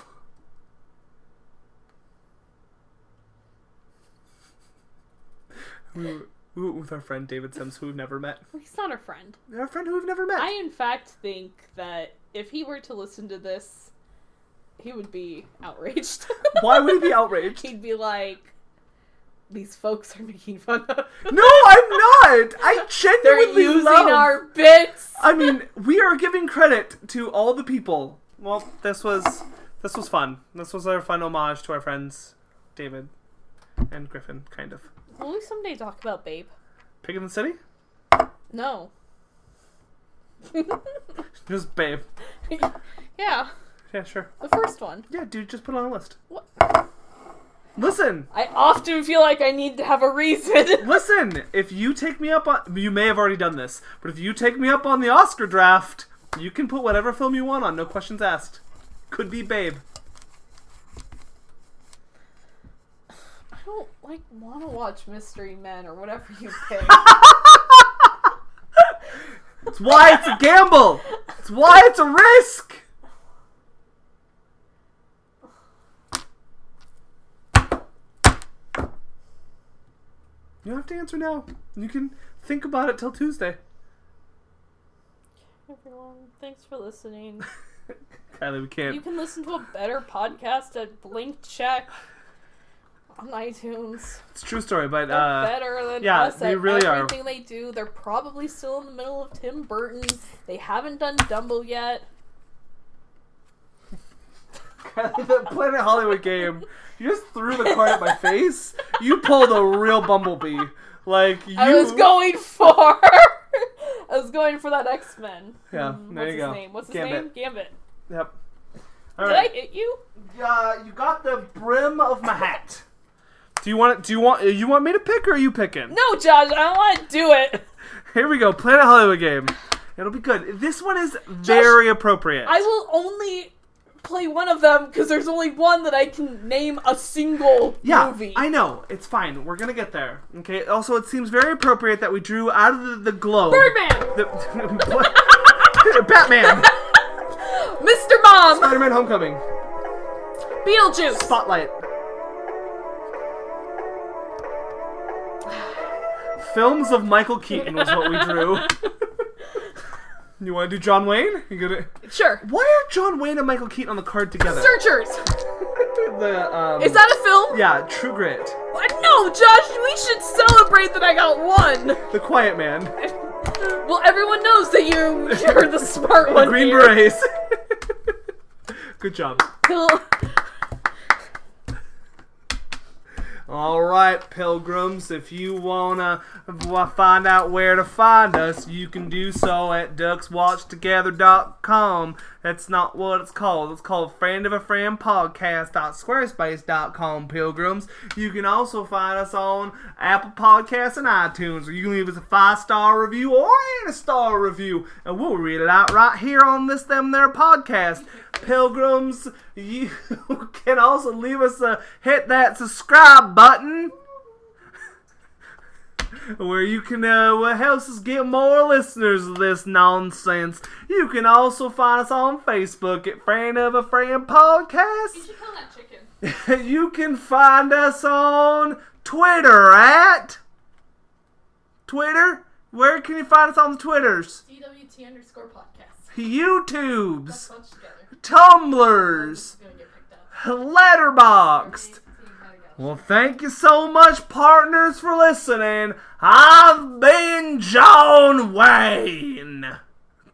Speaker 2: We were, we were with our friend David Sims, who we've never met.
Speaker 3: he's not a friend.
Speaker 2: Our friend who we've never met.
Speaker 3: I in fact think that if he were to listen to this, he would be outraged.
Speaker 2: Why would he be outraged?
Speaker 3: He'd be like these folks are making fun of
Speaker 2: No, I'm not. I
Speaker 3: They're
Speaker 2: genuinely
Speaker 3: using
Speaker 2: love.
Speaker 3: our bits.
Speaker 2: I mean, we are giving credit to all the people. Well, this was this was fun. This was our fun homage to our friends, David and Griffin, kind of.
Speaker 3: Will we someday talk about Babe?
Speaker 2: Pig in the City,
Speaker 3: No.
Speaker 2: just babe.
Speaker 3: yeah,
Speaker 2: Yeah, sure.
Speaker 3: the first one.
Speaker 2: Yeah, dude, just put it on a list.
Speaker 3: What?
Speaker 2: Listen,
Speaker 3: I often feel like I need to have a reason.
Speaker 2: listen. If you take me up on, you may have already done this, but if you take me up on the Oscar draft, you can put whatever film you want on, no questions asked. Could be Babe.
Speaker 3: I don't like want to watch Mystery Men or whatever you pick.
Speaker 2: It's why it's a gamble. It's why it's a risk. You don't have to answer now. You can think about it till Tuesday.
Speaker 3: Everyone, thanks for listening.
Speaker 2: Kylie, we
Speaker 3: You
Speaker 2: can't.
Speaker 3: can listen to a better podcast at Blink Check on iTunes.
Speaker 2: It's a true story, but
Speaker 3: They're
Speaker 2: uh,
Speaker 3: better than
Speaker 2: yeah,
Speaker 3: us
Speaker 2: they
Speaker 3: at
Speaker 2: really are.
Speaker 3: everything they do. They're probably still in the middle of Tim Burton. They haven't done Dumbo yet.
Speaker 2: the Planet Hollywood game. You just threw the card at my face. You pulled a real bumblebee. Like you.
Speaker 3: I was going for. I was going for that X Men.
Speaker 2: Yeah, there
Speaker 3: What's
Speaker 2: you
Speaker 3: his
Speaker 2: go.
Speaker 3: name? What's his
Speaker 2: Gambit.
Speaker 3: name? Gambit.
Speaker 2: Yep. All
Speaker 3: Did
Speaker 2: right.
Speaker 3: I hit you?
Speaker 2: Uh, you got the brim of my hat. Do you want? Do you want? You want me to pick, or are you picking?
Speaker 3: No, Josh. I don't want to do it.
Speaker 2: Here we go. Planet Hollywood game. It'll be good. This one is very appropriate.
Speaker 3: I will only play one of them because there's only one that I can name a single
Speaker 2: yeah,
Speaker 3: movie.
Speaker 2: I know. It's fine. We're gonna get there. Okay. Also, it seems very appropriate that we drew out of the, the globe.
Speaker 3: Birdman,
Speaker 2: The- Batman.
Speaker 3: Mr. Mom,
Speaker 2: Spider-Man: Homecoming.
Speaker 3: Beetlejuice.
Speaker 2: Spotlight. Films of Michael Keaton was what we drew. you want to do John Wayne? You gonna?
Speaker 3: Sure.
Speaker 2: Why are John Wayne and Michael Keaton on the card together?
Speaker 3: Searchers.
Speaker 2: the um.
Speaker 3: Is that a film?
Speaker 2: Yeah, True Grit.
Speaker 3: What? No, Josh. We should celebrate that I got one.
Speaker 2: The Quiet Man.
Speaker 3: Well, everyone knows that you you're the smart
Speaker 2: The
Speaker 3: one.
Speaker 2: Green
Speaker 3: here.
Speaker 2: Berets. Good job.
Speaker 3: Pil-
Speaker 2: All right, pilgrims, if you wanna wa- find out where to find us, you can do so at duckswatchtogether.com. That's not what it's called. It's called friend of a friend podcast.squarespace.com, pilgrims. You can also find us on Apple Podcasts and iTunes, where you can leave us a five star review or a star review, and we'll read it out right here on this them their podcast. Pilgrims, you can also leave us a hit that subscribe button where you can uh, what helps us get more listeners of this nonsense. You can also find us on Facebook at Friend of a Friend Podcast.
Speaker 3: kill that chicken.
Speaker 2: you can find us on Twitter at Twitter. Where can you find us on the Twitters?
Speaker 3: DWT underscore podcast.
Speaker 2: YouTubes,
Speaker 3: Bunch together.
Speaker 2: Tumblrs,
Speaker 3: gonna get picked up.
Speaker 2: Letterboxed. Well, thank you so much, partners, for listening. I've been John Wayne.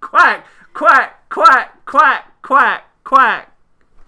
Speaker 2: Quack, quack, quack, quack, quack, quack, quack.